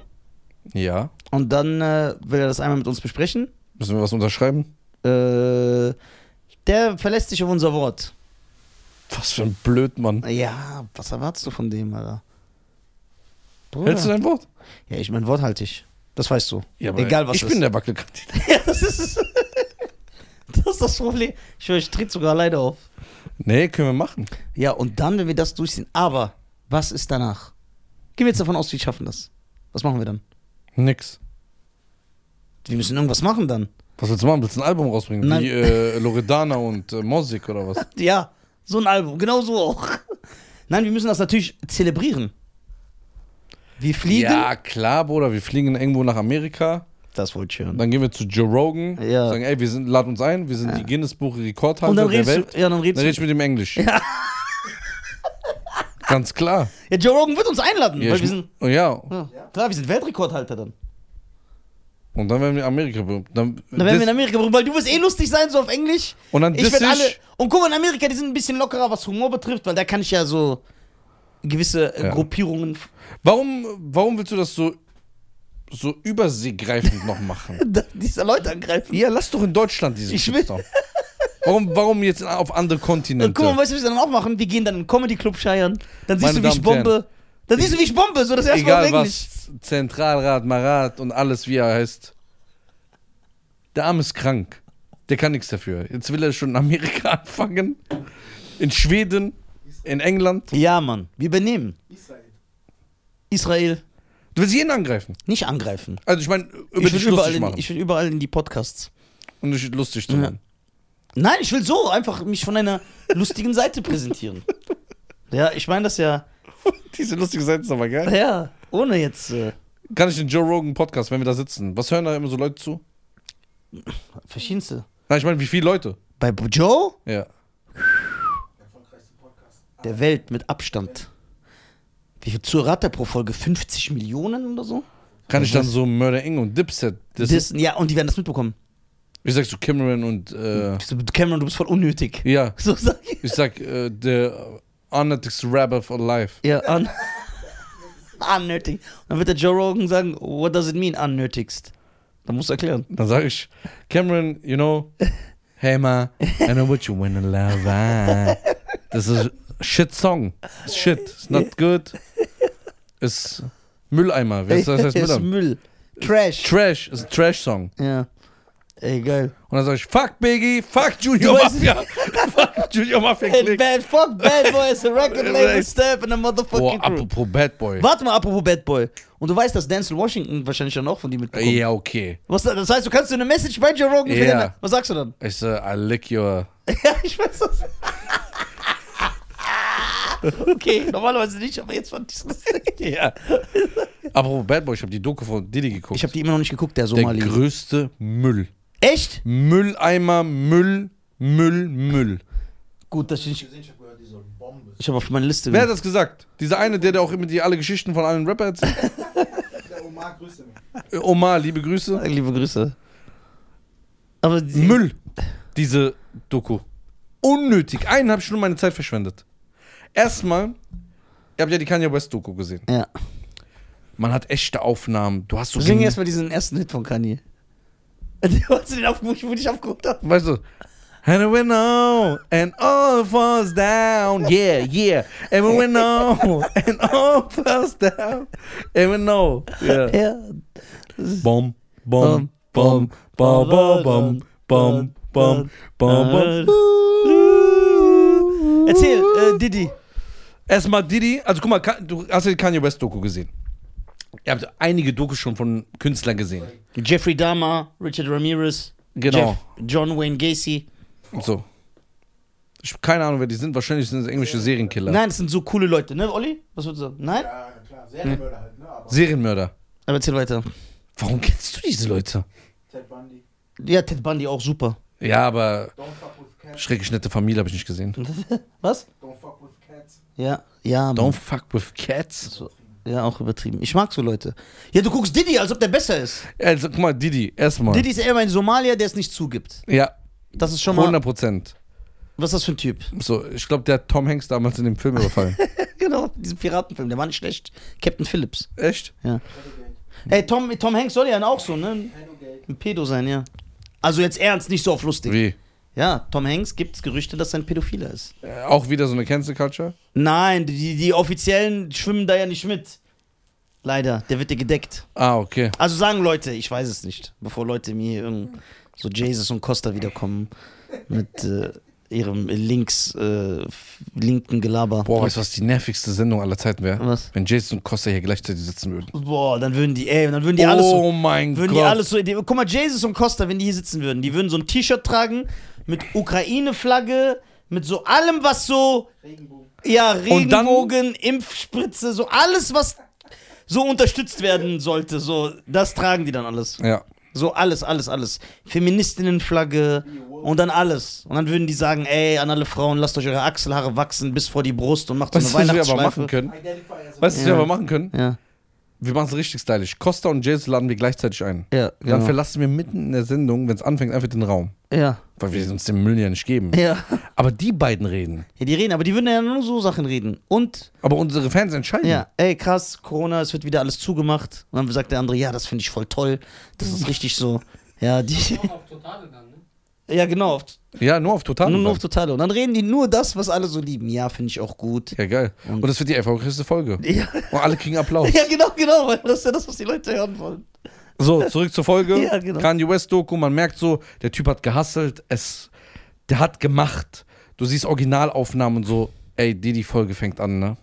Speaker 2: Ja.
Speaker 1: und dann äh, will er das einmal mit uns besprechen.
Speaker 2: Müssen wir was unterschreiben?
Speaker 1: Äh, der verlässt sich auf unser Wort.
Speaker 2: Was für ein Blödmann.
Speaker 1: Ja, was erwartest du von dem, Alter? Bruder.
Speaker 2: Hältst du dein Wort?
Speaker 1: ja, ich mein Wort halte ich. Das weißt du.
Speaker 2: Ja, aber
Speaker 1: Egal was
Speaker 2: Ich
Speaker 1: ist.
Speaker 2: bin der Wackelkandidat.
Speaker 1: [LAUGHS] ja, das ist es. Das ist das Problem. Ich schwör, ich trete sogar alleine auf.
Speaker 2: Nee, können wir machen.
Speaker 1: Ja, und dann, wenn wir das durchziehen. Aber was ist danach? Gehen wir jetzt davon aus, wir schaffen das. Was machen wir dann?
Speaker 2: Nix.
Speaker 1: Wir müssen irgendwas machen dann.
Speaker 2: Was willst du machen? Willst du ein Album rausbringen?
Speaker 1: Nein.
Speaker 2: Wie äh, Loredana und äh, Mosik oder was?
Speaker 1: Ja, so ein Album, genau so auch. [LAUGHS] Nein, wir müssen das natürlich zelebrieren. Wir fliegen.
Speaker 2: Ja, klar, Bruder. Wir fliegen irgendwo nach Amerika.
Speaker 1: Das wollte ich hören.
Speaker 2: Dann gehen wir zu Joe Rogan.
Speaker 1: Ja.
Speaker 2: Sagen, ey, wir sind, lad uns ein. Wir sind die Guinness-Buch-Rekordhalter
Speaker 1: Und dann
Speaker 2: der
Speaker 1: redest
Speaker 2: Welt.
Speaker 1: du. Ja, dann redest
Speaker 2: Dann rede ich mit ihm Englisch. [LAUGHS] Ganz klar.
Speaker 1: du. Ja, Joe Rogan wird uns einladen,
Speaker 2: Ja,
Speaker 1: weil
Speaker 2: ich,
Speaker 1: wir sind.
Speaker 2: oh, ja.
Speaker 1: Ja, klar, wir sind Weltrekordhalter dann.
Speaker 2: Und dann werden wir Amerika berühmt. Dann,
Speaker 1: Dann werden wir
Speaker 2: dis-
Speaker 1: in Amerika berühmt, weil du wirst eh lustig sein, so auf Englisch.
Speaker 2: und dann
Speaker 1: Ich
Speaker 2: diss
Speaker 1: werde alle.
Speaker 2: ich,
Speaker 1: Und guck mal, in Amerika, die sind ein bisschen lockerer, was Humor betrifft, weil da kann ich ja so gewisse äh,
Speaker 2: Ja.
Speaker 1: Gruppierungen. [LAUGHS]
Speaker 2: warum, warum willst du das so, so überseegreifend noch machen?
Speaker 1: dieser Leute angreifen.
Speaker 2: Ja, lass doch in Deutschland diesen
Speaker 1: Ich will-
Speaker 2: Shitstorm. Warum, warum jetzt auf andere
Speaker 1: Und
Speaker 2: Kontinente?
Speaker 1: guck mal, weißt du, was wir dann auch machen? Wir gehen dann in den Comedy Club scheiern. Dann siehst
Speaker 2: Meine
Speaker 1: du, wie ich
Speaker 2: Damen und
Speaker 1: bombe. Dann siehst du, wie ich bombe, so das erste Mal
Speaker 2: Egal
Speaker 1: auf Englisch.
Speaker 2: was, Zentralrat, Marat und alles, wie er heißt. Der Arm ist krank. Der kann nichts dafür. Jetzt will er schon in Amerika [LAUGHS] anfangen. In Schweden, in England.
Speaker 1: Ja, Mann, wir übernehmen.
Speaker 4: Israel.
Speaker 1: Israel
Speaker 2: Du willst jeden angreifen.
Speaker 1: nicht angreifen.
Speaker 2: Also ich meine, über
Speaker 1: ich
Speaker 2: dich
Speaker 1: will überall,
Speaker 2: lustig
Speaker 1: in,
Speaker 2: machen.
Speaker 1: ich will überall in die Podcasts.
Speaker 2: Und dich lustig zu
Speaker 1: Ja.
Speaker 2: machen.
Speaker 1: Nein, ich will so einfach mich von einer lustigen Seite
Speaker 2: [LAUGHS]
Speaker 1: präsentieren. Ja, ich meine das ja.
Speaker 2: Diese lustige Seite ist aber geil.
Speaker 1: Ja, ohne jetzt. Äh,
Speaker 2: Kann ich den Joe Rogan Podcast, wenn wir da sitzen, was hören da immer so Leute zu?
Speaker 1: verschiedenste.
Speaker 2: Nein, ich meine, wie viele Leute?
Speaker 1: Bei Bo- Joe?
Speaker 2: Ja.
Speaker 4: Der erfolgreichste Podcast.
Speaker 1: Der Welt mit Abstand. Wie viel Zuhörer hat der pro Folge? 50 Millionen oder so?
Speaker 2: Kann ich dann so Murder Inc. und Dipset
Speaker 1: Das
Speaker 2: dissen?
Speaker 1: ja, und die werden das mitbekommen.
Speaker 2: Ich sag so Cameron und, äh,
Speaker 1: Bist du- Cameron, du bist voll unnötig.
Speaker 2: ja,
Speaker 1: So sag ich.
Speaker 2: ich sag, äh, der Unethics Rapper for Life.
Speaker 1: Ja, un [LAUGHS] unnötig. Und dann wird der Joe Rogan sagen, what does it mean, unnötigst? Dann musst du erklären.
Speaker 2: Dann sag ich, Cameron, you know, hey ma, I know what you wanna love. ah. Das ist shit Song. It's shit. It's not good. Ist Mülleimer. Weißt du, was heißt
Speaker 1: ist
Speaker 2: Mülleimer?
Speaker 1: Müll. Trash.
Speaker 2: Trash. Ist ein Trash-Song.
Speaker 1: ja. Ey, geil.
Speaker 2: Und dann sag ich, fuck Biggie, fuck Junior
Speaker 1: Du weißt-
Speaker 2: Mafia, [LAUGHS] fuck Junior Mafia
Speaker 1: Hey,
Speaker 2: Click.
Speaker 1: bad, fuck Bad Boy is a record label step in a
Speaker 2: Boah,
Speaker 1: motherfucking crew.
Speaker 2: Oh, apropos Bad Boy.
Speaker 1: Warte mal, apropos Bad Boy. Und du weißt, dass Denzel Washington wahrscheinlich dann auch von dir mitbekommt.
Speaker 2: Ja, okay.
Speaker 1: Was, das heißt, du kannst dir eine Message bei Joe Rogan
Speaker 2: Ja.
Speaker 1: verändern. Was sagst du
Speaker 2: [LAUGHS]
Speaker 1: dann?
Speaker 2: Ich sag, I lick your...
Speaker 1: ja, ich weiß das. [LAUGHS] okay, normalerweise nicht, aber jetzt fand ich es
Speaker 2: Ja. Apropos Bad Boy, ich habe die Doku von Didi geguckt.
Speaker 1: Ich habe die immer noch nicht geguckt, der
Speaker 2: Der
Speaker 1: Somali.
Speaker 2: größte Müll.
Speaker 1: Echt?
Speaker 2: Mülleimer, Müll, Müll, Müll.
Speaker 1: Gut, dass ich
Speaker 4: Ich
Speaker 1: nicht.
Speaker 4: hab gesehen, ich hab gehört, die soll Bombe.
Speaker 1: Ich habe auf meine Liste.
Speaker 2: Wer hat das gesagt? Dieser eine, der, der auch immer die alle Geschichten von allen
Speaker 1: [LAUGHS]
Speaker 2: Rapper erzählt?
Speaker 4: Der Omar grüßte mich.
Speaker 2: Äh, Omar, liebe Grüße.
Speaker 1: Liebe Grüße. Aber die,
Speaker 2: Müll, diese Doku. Unnötig. Eineinhalb Stunden meine Zeit verschwendet. Erstmal, ihr habt ja die Kanye West Doku gesehen.
Speaker 1: Ja.
Speaker 2: Man hat echte Aufnahmen. Du hast so.
Speaker 1: Sing
Speaker 2: gen-
Speaker 1: erstmal diesen ersten Hit von Kanye. [LAUGHS] Hast du den aufgerufen, wo ich aufgeguckt habe?
Speaker 2: Weißt du? And we know, and all falls down. Yeah, yeah. And we know, and all falls down. And we know. Yeah.
Speaker 1: Ja.
Speaker 2: Bom, bom, bom, bom, bom, bom, bom, bom, bom, bom.
Speaker 1: Erzähl, äh, Didi.
Speaker 2: Erstmal Didi, also guck mal, Ka- du hast ja die Kanye West Doku gesehen. Ihr habt einige Dokus schon von Künstlern gesehen.
Speaker 1: Jeffrey Dahmer, Richard Ramirez,
Speaker 2: Genau.
Speaker 1: Jeff, John Wayne Gacy.
Speaker 2: So. Ich, keine Ahnung, wer die sind. Wahrscheinlich sind es englische Serienkiller.
Speaker 1: Nein, das sind so coole Leute, ne, Olli? Was würdest du sagen? Nein?
Speaker 4: Ja, klar,
Speaker 1: Hm.
Speaker 4: Serienmörder halt, ne? Aber
Speaker 2: Serienmörder.
Speaker 1: Aber erzähl weiter.
Speaker 2: Warum kennst du diese Leute?
Speaker 4: Ted Bundy,
Speaker 1: Ja, Ted Bundy auch super.
Speaker 2: Ja, aber
Speaker 4: Don't fuck with cats,
Speaker 2: schräg nette Familie habe ich nicht gesehen.
Speaker 1: Was?
Speaker 4: don't fuck with cats.
Speaker 1: Ja, ja,
Speaker 2: Don't
Speaker 1: Mann.
Speaker 2: fuck with cats.
Speaker 1: ja, auch übertrieben. Ich mag so Leute. Ja, du guckst Didi, als ob der besser ist.
Speaker 2: Also, guck mal, Didi, erstmal.
Speaker 1: Didi ist eher ein Somalier, der es nicht zugibt.
Speaker 2: Ja,
Speaker 1: Das ist schon mal.
Speaker 2: 100 Prozent.
Speaker 1: Was ist das für ein Typ?
Speaker 2: So, ich glaube, der hat Tom Hanks damals in dem Film überfallen.
Speaker 1: [LAUGHS] genau, diesen Piratenfilm, der war nicht schlecht. Captain Phillips.
Speaker 2: Echt?
Speaker 4: Pedogate,
Speaker 1: Ey, Tom, Tom Hanks soll ja dann auch so, ne?
Speaker 4: Pedogate.
Speaker 1: Ein Pedo sein, ja. Also jetzt ernst, nicht so auf lustig.
Speaker 2: Wie?
Speaker 1: Ja, Tom Hanks gibt's Gerüchte, dass er ein Pädophiler ist.
Speaker 2: Äh, auch wieder so eine Cancel Culture?
Speaker 1: Nein, die, die Offiziellen schwimmen da ja nicht mit. Leider, der wird dir gedeckt.
Speaker 2: Ah, okay.
Speaker 1: Also sagen Leute, ich weiß es nicht, bevor Leute mir hier irgend so Jesus und Costa wiederkommen mit äh, ihrem links äh, f- linken Gelaber.
Speaker 2: Boah, weißt du, was die nervigste Sendung aller Zeiten wäre?
Speaker 1: Was?
Speaker 2: Wenn Jason und Costa hier gleichzeitig sitzen würden.
Speaker 1: Boah, dann würden die, ey, dann würden die alles so
Speaker 2: oh mein
Speaker 1: Würden
Speaker 2: Gott.
Speaker 1: die alles so. Die, guck mal, Jesus und Costa, wenn die hier sitzen würden, die würden so ein T-Shirt tragen mit Ukraine-Flagge, mit so allem, was so.
Speaker 4: Regenbogen.
Speaker 1: Ja,
Speaker 2: Und dann-
Speaker 1: Regenbogen, Impfspritze, so alles, was so unterstützt werden sollte. So, das tragen die dann alles.
Speaker 2: ja.
Speaker 1: So alles, alles, alles. Feministinnenflagge und dann alles. Und dann würden die sagen, ey, an alle Frauen, lasst euch eure Achselhaare wachsen bis vor die Brust und macht so eine
Speaker 2: Weißt du, was wir aber machen
Speaker 1: Weihnachtsschleife.
Speaker 2: können?
Speaker 4: Identify as a
Speaker 2: Weißt du, was wir
Speaker 1: Ja.
Speaker 2: aber machen können?
Speaker 1: Ja,
Speaker 2: Wir machen es richtig stylisch. Costa und Jason laden wir gleichzeitig ein.
Speaker 1: ja,
Speaker 2: Dann
Speaker 1: genau.
Speaker 2: verlassen wir mitten in der Sendung, wenn es anfängt, einfach den Raum.
Speaker 1: Ja, [LAUGHS]
Speaker 2: Weil wir uns den Müll ja nicht geben.
Speaker 1: ja.
Speaker 2: Aber die beiden reden.
Speaker 1: Ja, die reden, aber die würden ja nur so Sachen reden. Und
Speaker 2: Aber unsere Fans entscheiden.
Speaker 1: Ja, ey, krass, Corona, es wird wieder alles zugemacht. Und dann sagt der andere, ja, das finde ich voll toll. Das ist richtig so. Ja, die, [LAUGHS]
Speaker 3: Auch auf Totale dann, ne?
Speaker 1: ja genau. Auf,
Speaker 2: Ja, nur auf total.
Speaker 1: nur, nur auf Totale. Und dann reden die nur das, was alle so lieben. Ja, finde ich auch gut.
Speaker 2: ja, geil. Und das wird die erfolgreichste Folge.
Speaker 1: Ja,
Speaker 2: Und alle kriegen Applaus.
Speaker 1: [LAUGHS] ja genau, genau, weil das ist ja das, was die Leute hören wollen.
Speaker 2: So, zurück zur Folge.
Speaker 1: Ja, genau.
Speaker 2: Kanye West Doku, man merkt so, der Typ hat gehasselt, es, der hat gemacht. Du siehst Originalaufnahmen und so, ey, die, die Folge fängt an, ne?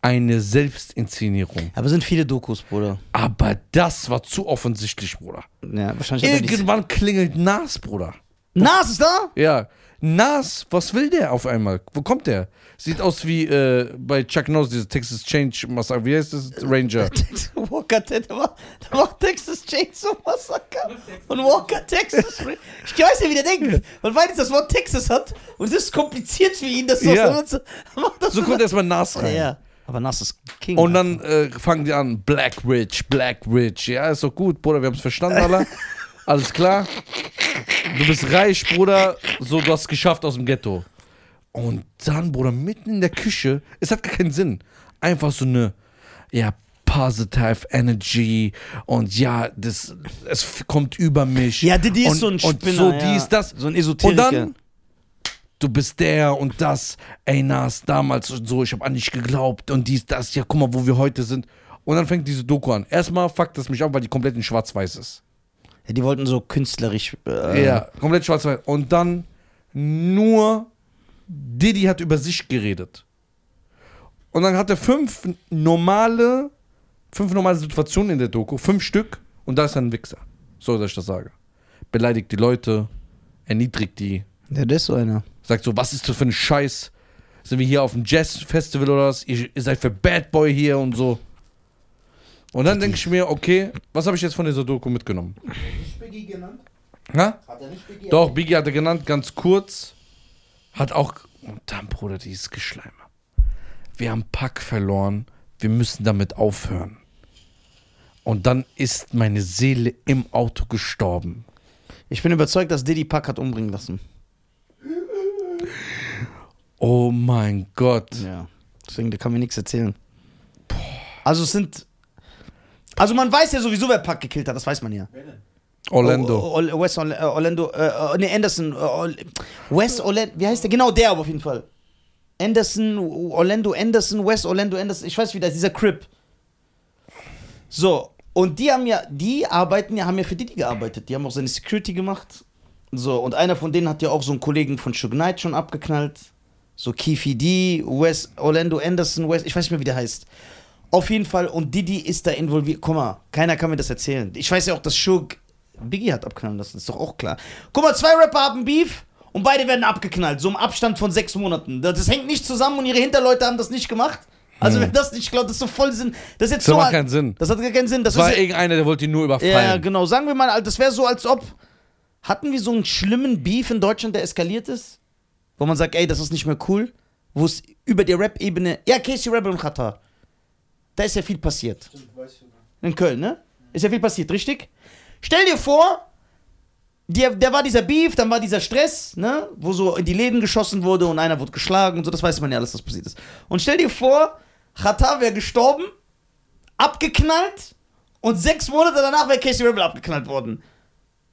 Speaker 2: Eine Selbstinszenierung.
Speaker 1: Aber sind viele Dokus, Bruder.
Speaker 2: Aber das war zu offensichtlich, Bruder.
Speaker 1: Ja, wahrscheinlich. Hat er die,
Speaker 2: Irgendwann klingelt Nas, Bruder.
Speaker 1: Nas ist da? [LAUGHS]
Speaker 2: Ja. Nas, was will der auf einmal? Wo kommt der? Sieht aus wie äh, bei Chuck Norris, diese Texas Change Massacre. Wie heißt das? Ranger.
Speaker 1: Texas Walker, der der war, der war Texas Chainsaw Massacre. Und Walker, Texas. Ich weiß ja, wie der denkt. Und weil jetzt das Wort Texas hat und es ist kompliziert für ihn, das so [LAUGHS]
Speaker 2: Ja.
Speaker 1: macht das
Speaker 2: So kommt erstmal Nas rein.
Speaker 1: Ja. Aber Nas ist King.
Speaker 2: Und dann äh, fangen die an, Black Rich, Black Rich. Ja, ist doch gut, Bruder, wir haben es verstanden, alle. Alles klar. Du bist reich, Bruder. So, du hast es geschafft aus dem Ghetto. Und dann, Bruder, mitten in der Küche, es hat gar keinen Sinn. Einfach so eine, ja, positive Energy und ja, das, es f- kommt über mich.
Speaker 1: Ja, Didi ist
Speaker 2: und,
Speaker 1: so ein
Speaker 2: Und
Speaker 1: Spinner,
Speaker 2: so,
Speaker 1: ja.
Speaker 2: dies, das.
Speaker 1: So ein Esoteriker.
Speaker 2: Und dann, du bist der und das. Ey, Nas, damals und so, ich habe an dich geglaubt und dies, das. Ja, guck mal, wo wir heute sind. Und dann fängt diese Doku an. Erstmal fuckt das mich ab, weil die komplett in schwarz-weiß ist.
Speaker 1: Ja, die wollten so künstlerisch. Äh,
Speaker 2: Ja, komplett schwarz-weiß. Und dann nur Diddy hat über sich geredet. Und dann hat er fünf normale, fünf normale Situationen in der Doku, fünf Stück, und da ist er ein Wichser. So, dass ich das sage. Beleidigt die Leute, erniedrigt die,
Speaker 1: Ja, das ist so einer.
Speaker 2: sagt so, was ist das für ein Scheiß? Sind wir hier auf dem Jazz-Festival oder was? Ihr, ihr seid für Bad Boy hier und so. Und dann denke ich mir, okay, was habe ich jetzt von dieser Doku mitgenommen?
Speaker 4: Nicht Biggie genannt?
Speaker 2: Na?
Speaker 4: Hat er nicht Biggie
Speaker 2: Doch, Biggie hat er genannt, ganz kurz. Hat auch. Und dann, Bruder, dieses Geschleime. Wir haben Pack verloren. Wir müssen damit aufhören. Und dann ist meine Seele im Auto gestorben.
Speaker 1: Ich bin überzeugt, dass Diddy Pack hat umbringen lassen.
Speaker 2: Oh mein Gott.
Speaker 1: Ja. Deswegen, da kann mir nichts erzählen. Also es sind. Also man weiß ja sowieso, wer Pack gekillt hat, das weiß man ja.
Speaker 4: Wer denn?
Speaker 1: oh,
Speaker 2: Orlando.
Speaker 1: O- O- Wes Orl- äh, Orlando, äh, äh, nee, Anderson. äh, Orl- Wes Orlando, wie heißt der? Genau der aber auf jeden Fall. Anderson, Orlando Anderson, Wes Orlando Anderson, ich weiß wie das ist, dieser Crip. So, und die haben ja, die arbeiten ja, haben ja für Diddy gearbeitet. Die haben auch seine Security gemacht. So, und einer von denen hat ja auch so einen Kollegen von Suge Knight schon abgeknallt. So Keefy D, Wes, Orlando Anderson, Wes, ich weiß nicht mehr, wie der heißt. Auf jeden Fall, und Diddy ist da involviert. Guck mal, keiner kann mir das erzählen. Ich weiß ja auch, dass Suge Biggie hat abknallen lassen, ist doch auch klar. Guck mal, zwei Rapper haben Beef und beide werden abgeknallt, so im Abstand von sechs Monaten. Das, das hängt nicht zusammen und ihre Hinterleute haben das nicht gemacht. Also, wer das nicht glaubt, das ist so voll Sinn. Das ist jetzt
Speaker 2: Hm.
Speaker 1: so.
Speaker 2: Das macht keinen Sinn.
Speaker 1: Das hat gar keinen Sinn. Das
Speaker 2: Das war
Speaker 1: ist
Speaker 2: irgendeiner, der wollte ihn nur überfallen.
Speaker 1: ja, genau. Sagen wir mal, das wäre so, als ob hatten wir so einen schlimmen Beef in Deutschland, der eskaliert ist, wo man sagt, ey, das ist nicht mehr cool, wo es über die Rap-Ebene, ja, Casey Rebel und Qatar, da ist ja viel passiert.
Speaker 4: Stimmt, weiß ich sogar.
Speaker 1: In Köln, ne? Ist ja viel passiert, richtig? Stell dir vor, der, der war dieser Beef, dann war dieser Stress, ne? Wo so in die Läden geschossen wurde und einer wurde geschlagen und so, das weiß man ja alles, was passiert ist. Und stell dir vor, Xatar wäre gestorben, abgeknallt und sechs Monate danach wäre Casey Rebel abgeknallt worden.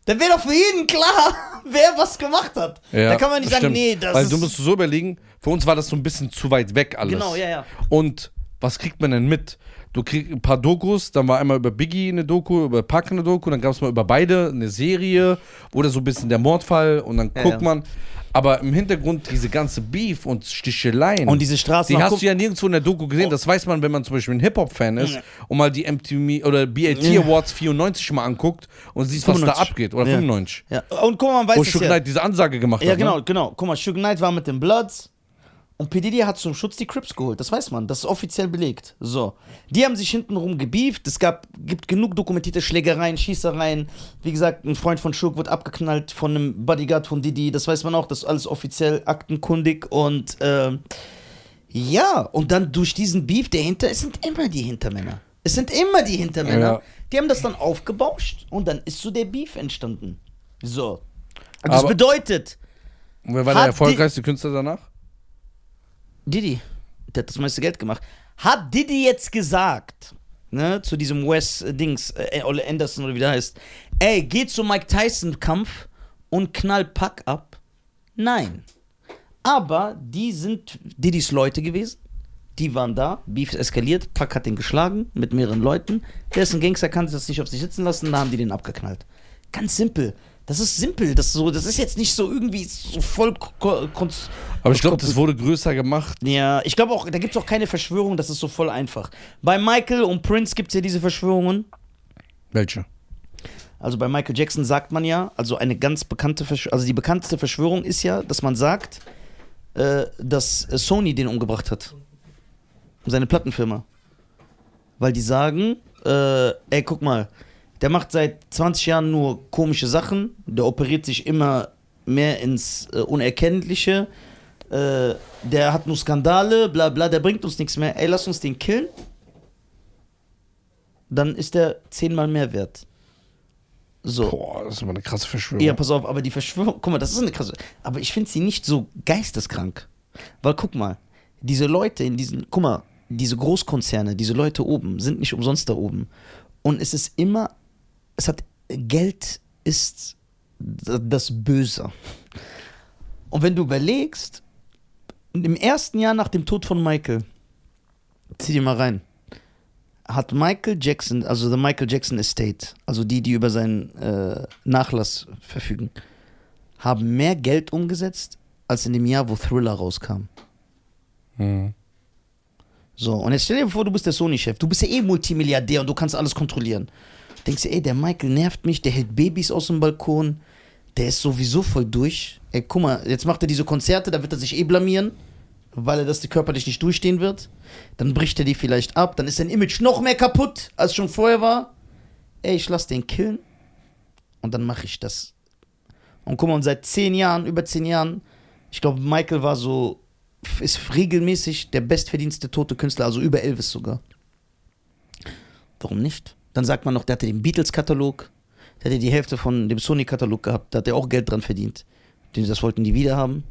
Speaker 1: Dann wäre doch für jeden klar, [LAUGHS] wer was gemacht hat.
Speaker 2: Ja,
Speaker 1: da kann man nicht
Speaker 2: das
Speaker 1: sagen,
Speaker 2: stimmt.
Speaker 1: nee, das
Speaker 2: Weil
Speaker 1: ist.
Speaker 2: du musst so überlegen, für uns war das so ein bisschen zu weit weg alles.
Speaker 1: Genau, ja, ja.
Speaker 2: Und was kriegt man denn mit? Du kriegst ein paar Dokus, dann war einmal über Biggie eine Doku, über Pac eine Doku, dann gab es mal über beide eine Serie, oder so ein bisschen der Mordfall und dann
Speaker 1: Ja,
Speaker 2: guckt
Speaker 1: ja.
Speaker 2: man. Aber im Hintergrund diese ganze Beef und Sticheleien.
Speaker 1: Und diese Straßen-
Speaker 2: Die
Speaker 1: Ach,
Speaker 2: hast
Speaker 1: guck- Oh.
Speaker 2: du ja nirgendwo in der Doku gesehen. Das weiß man, wenn man zum Beispiel ein Hip-Hop-Fan ist und mal die MTV oder BAT Awards 94 mal anguckt und siehst, was
Speaker 1: 95.
Speaker 2: da abgeht. Oder
Speaker 1: Ja.
Speaker 2: 95.
Speaker 1: ja. Und guck mal, man weiß
Speaker 2: Wo
Speaker 1: es
Speaker 2: Suge
Speaker 1: ja.
Speaker 2: Knight diese Ansage gemacht
Speaker 1: Ja,
Speaker 2: hat. ne?
Speaker 1: genau, genau. Guck mal, Suge Knight war mit den Bloods und P. Diddy hat zum Schutz die Crips geholt. Das weiß man, das ist offiziell belegt. So. Die haben sich hintenrum gebieft. Es gab, gibt genug dokumentierte Schlägereien, Schießereien. Wie gesagt, ein Freund von Suge wird abgeknallt von einem Bodyguard von Diddy. Das weiß man auch, das ist alles offiziell aktenkundig und, ähm, ja, und dann durch diesen Beef der Hinter, es sind immer die Hintermänner. Es sind immer die Hintermänner.
Speaker 2: Ja.
Speaker 1: Die haben das dann aufgebauscht und dann ist so der Beef entstanden. So. Das
Speaker 2: Aber-
Speaker 1: bedeutet,
Speaker 2: Und wer war
Speaker 1: Hat
Speaker 2: der erfolgreichste Künstler danach?
Speaker 1: Diddy, der hat das meiste Geld gemacht. Hat Diddy jetzt gesagt, ne, zu diesem Wes äh, Dings, äh, Ole Anderson oder wie der heißt, ey, geh zum Mike Tyson-Kampf und knall Pack ab? Nein. Aber die sind Diddys Leute gewesen. Die waren da, Beef ist eskaliert, Pack hat den geschlagen mit mehreren Leuten. Der ist ein Gangster, kann das nicht auf sich sitzen lassen, da haben die den abgeknallt. Ganz simpel. Das ist simpel, das, ist so, das ist jetzt nicht so irgendwie so voll ko- kon-
Speaker 2: Aber ich glaube, das wurde größer gemacht.
Speaker 1: ja, ich glaube auch, da gibt es auch keine Verschwörung, das ist so voll einfach. Bei Michael und Prince gibt es ja diese Verschwörungen.
Speaker 2: Welche?
Speaker 1: Also bei Michael Jackson sagt man ja, also eine ganz bekannte, Versch also die bekannteste Verschwörung ist ja, dass man sagt, äh, dass äh, Sony den umgebracht hat. Seine Plattenfirma. Weil die sagen, äh, ey, guck mal, der macht seit 20 Jahren nur komische Sachen, der operiert sich immer mehr ins äh, Unerkennliche, äh, der hat nur Skandale, bla bla, der bringt uns nichts mehr, ey, lass uns den killen. Dann ist der zehnmal mehr wert. So.
Speaker 2: Boah, das ist aber eine krasse Verschwörung.
Speaker 1: Ja, pass auf, aber die Verschwörung, guck mal, das ist eine krasse. Aber ich finde sie nicht so geisteskrank. Weil guck mal, diese Leute in diesen, guck mal, diese Großkonzerne, diese Leute oben, sind nicht umsonst da oben. Und es ist immer, es hat, Geld ist d- das Böse. Und wenn du überlegst, im ersten Jahr nach dem Tod von Michael, zieh dir mal rein, hat Michael Jackson, also the Michael Jackson Estate, also die, die über seinen äh, Nachlass verfügen, haben mehr Geld umgesetzt als in dem Jahr, wo Thriller rauskam.
Speaker 2: Hm.
Speaker 1: So, und jetzt stell dir vor, du bist der Sony-Chef. Du bist ja eh Multimilliardär und du kannst alles kontrollieren. Denkst dir, ey, der Michael nervt mich, der hält Babys aus dem Balkon, der ist sowieso voll durch. Ey, guck mal, jetzt macht er diese Konzerte, da wird er sich eh blamieren, weil er das körperlich nicht durchstehen wird. Dann bricht er die vielleicht ab, dann ist sein Image noch mehr kaputt, als schon vorher war. Ey, ich lass den killen und dann mache ich das. Und guck mal, und seit zehn Jahren, über zehn Jahren, ich glaube, Michael war so ist regelmäßig der bestverdienste tote Künstler, also über Elvis sogar. Warum nicht? Dann sagt man noch, der hatte den Beatles-Katalog, der hatte die Hälfte von dem Sony-Katalog gehabt, da hat er auch Geld dran verdient. Die- Das wollten die wieder haben.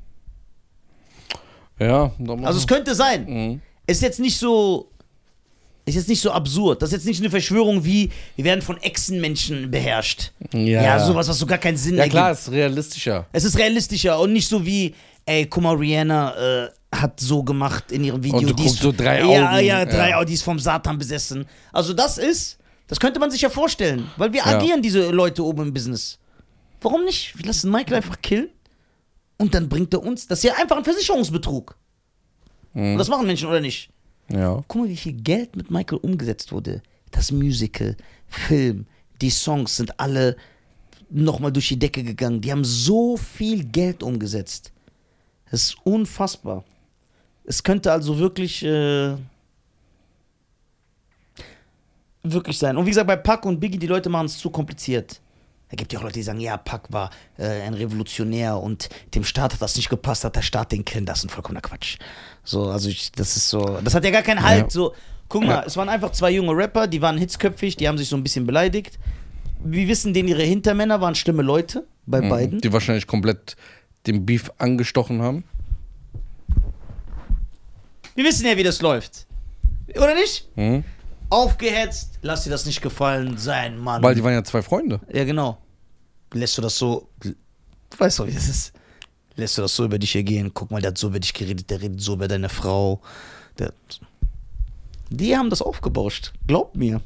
Speaker 2: Ja, nochmal.
Speaker 1: Also es könnte sein.
Speaker 2: Mhm.
Speaker 1: Ist jetzt nicht so. Ist jetzt nicht so absurd. Das ist jetzt nicht eine Verschwörung wie, wir werden von Echsenmenschen beherrscht. Ja, sowas, was so gar keinen Sinn
Speaker 2: Ja,
Speaker 1: ergibt.
Speaker 2: klar, ist realistischer.
Speaker 1: Es ist realistischer und nicht so wie, ey, guck mal, Rihanna äh, hat so gemacht in ihrem Video.
Speaker 2: Und du
Speaker 1: die ist-
Speaker 2: guckst so drei
Speaker 1: ja,
Speaker 2: Augen,
Speaker 1: Ja, drei
Speaker 2: ja.
Speaker 1: Augen, die ist vom Satan besessen. Also das ist, das könnte man sich ja vorstellen, weil wir
Speaker 2: Ja.
Speaker 1: agieren diese Leute oben im Business. Warum nicht? Wir lassen Michael einfach killen und dann bringt er uns, das ist ja einfach ein Versicherungsbetrug.
Speaker 2: Mhm.
Speaker 1: Und das machen Menschen, oder nicht?
Speaker 2: Ja.
Speaker 1: Guck mal, wie viel Geld mit Michael umgesetzt wurde. Das Musical, Film, die Songs sind alle nochmal durch die Decke gegangen. Die haben so viel Geld umgesetzt. Das ist unfassbar. Es könnte also wirklich, äh, wirklich sein. Und wie gesagt, bei Pac und Biggie, die Leute machen es zu kompliziert. Da gibt ja auch Leute, die sagen, ja, Pac war äh, ein Revolutionär und dem Staat hat das nicht gepasst, hat der Staat den killen lassen. Vollkommener Quatsch. So, also ich, das ist so, das hat ja gar keinen Halt.
Speaker 2: Ja.
Speaker 1: So, guck mal, es waren einfach zwei junge Rapper, die waren hitzköpfig, die haben sich so ein bisschen beleidigt. Wir wissen, denen ihre Hintermänner waren schlimme Leute bei beiden.
Speaker 2: Mhm. Hm. Die wahrscheinlich komplett den Beef angestochen haben.
Speaker 1: Wir wissen ja, wie das läuft. Oder nicht?
Speaker 2: Mhm.
Speaker 1: Aufgehetzt, lass dir das nicht gefallen, sein Mann.
Speaker 2: Weil die waren ja zwei Freunde.
Speaker 1: ja, genau. Lässt du das so. Du weißt doch, wie das ist. Lässt du das so über dich ergehen? Guck mal, der hat so über dich geredet, der redet so über deine Frau. Der, die haben das aufgebauscht. Glaub mir.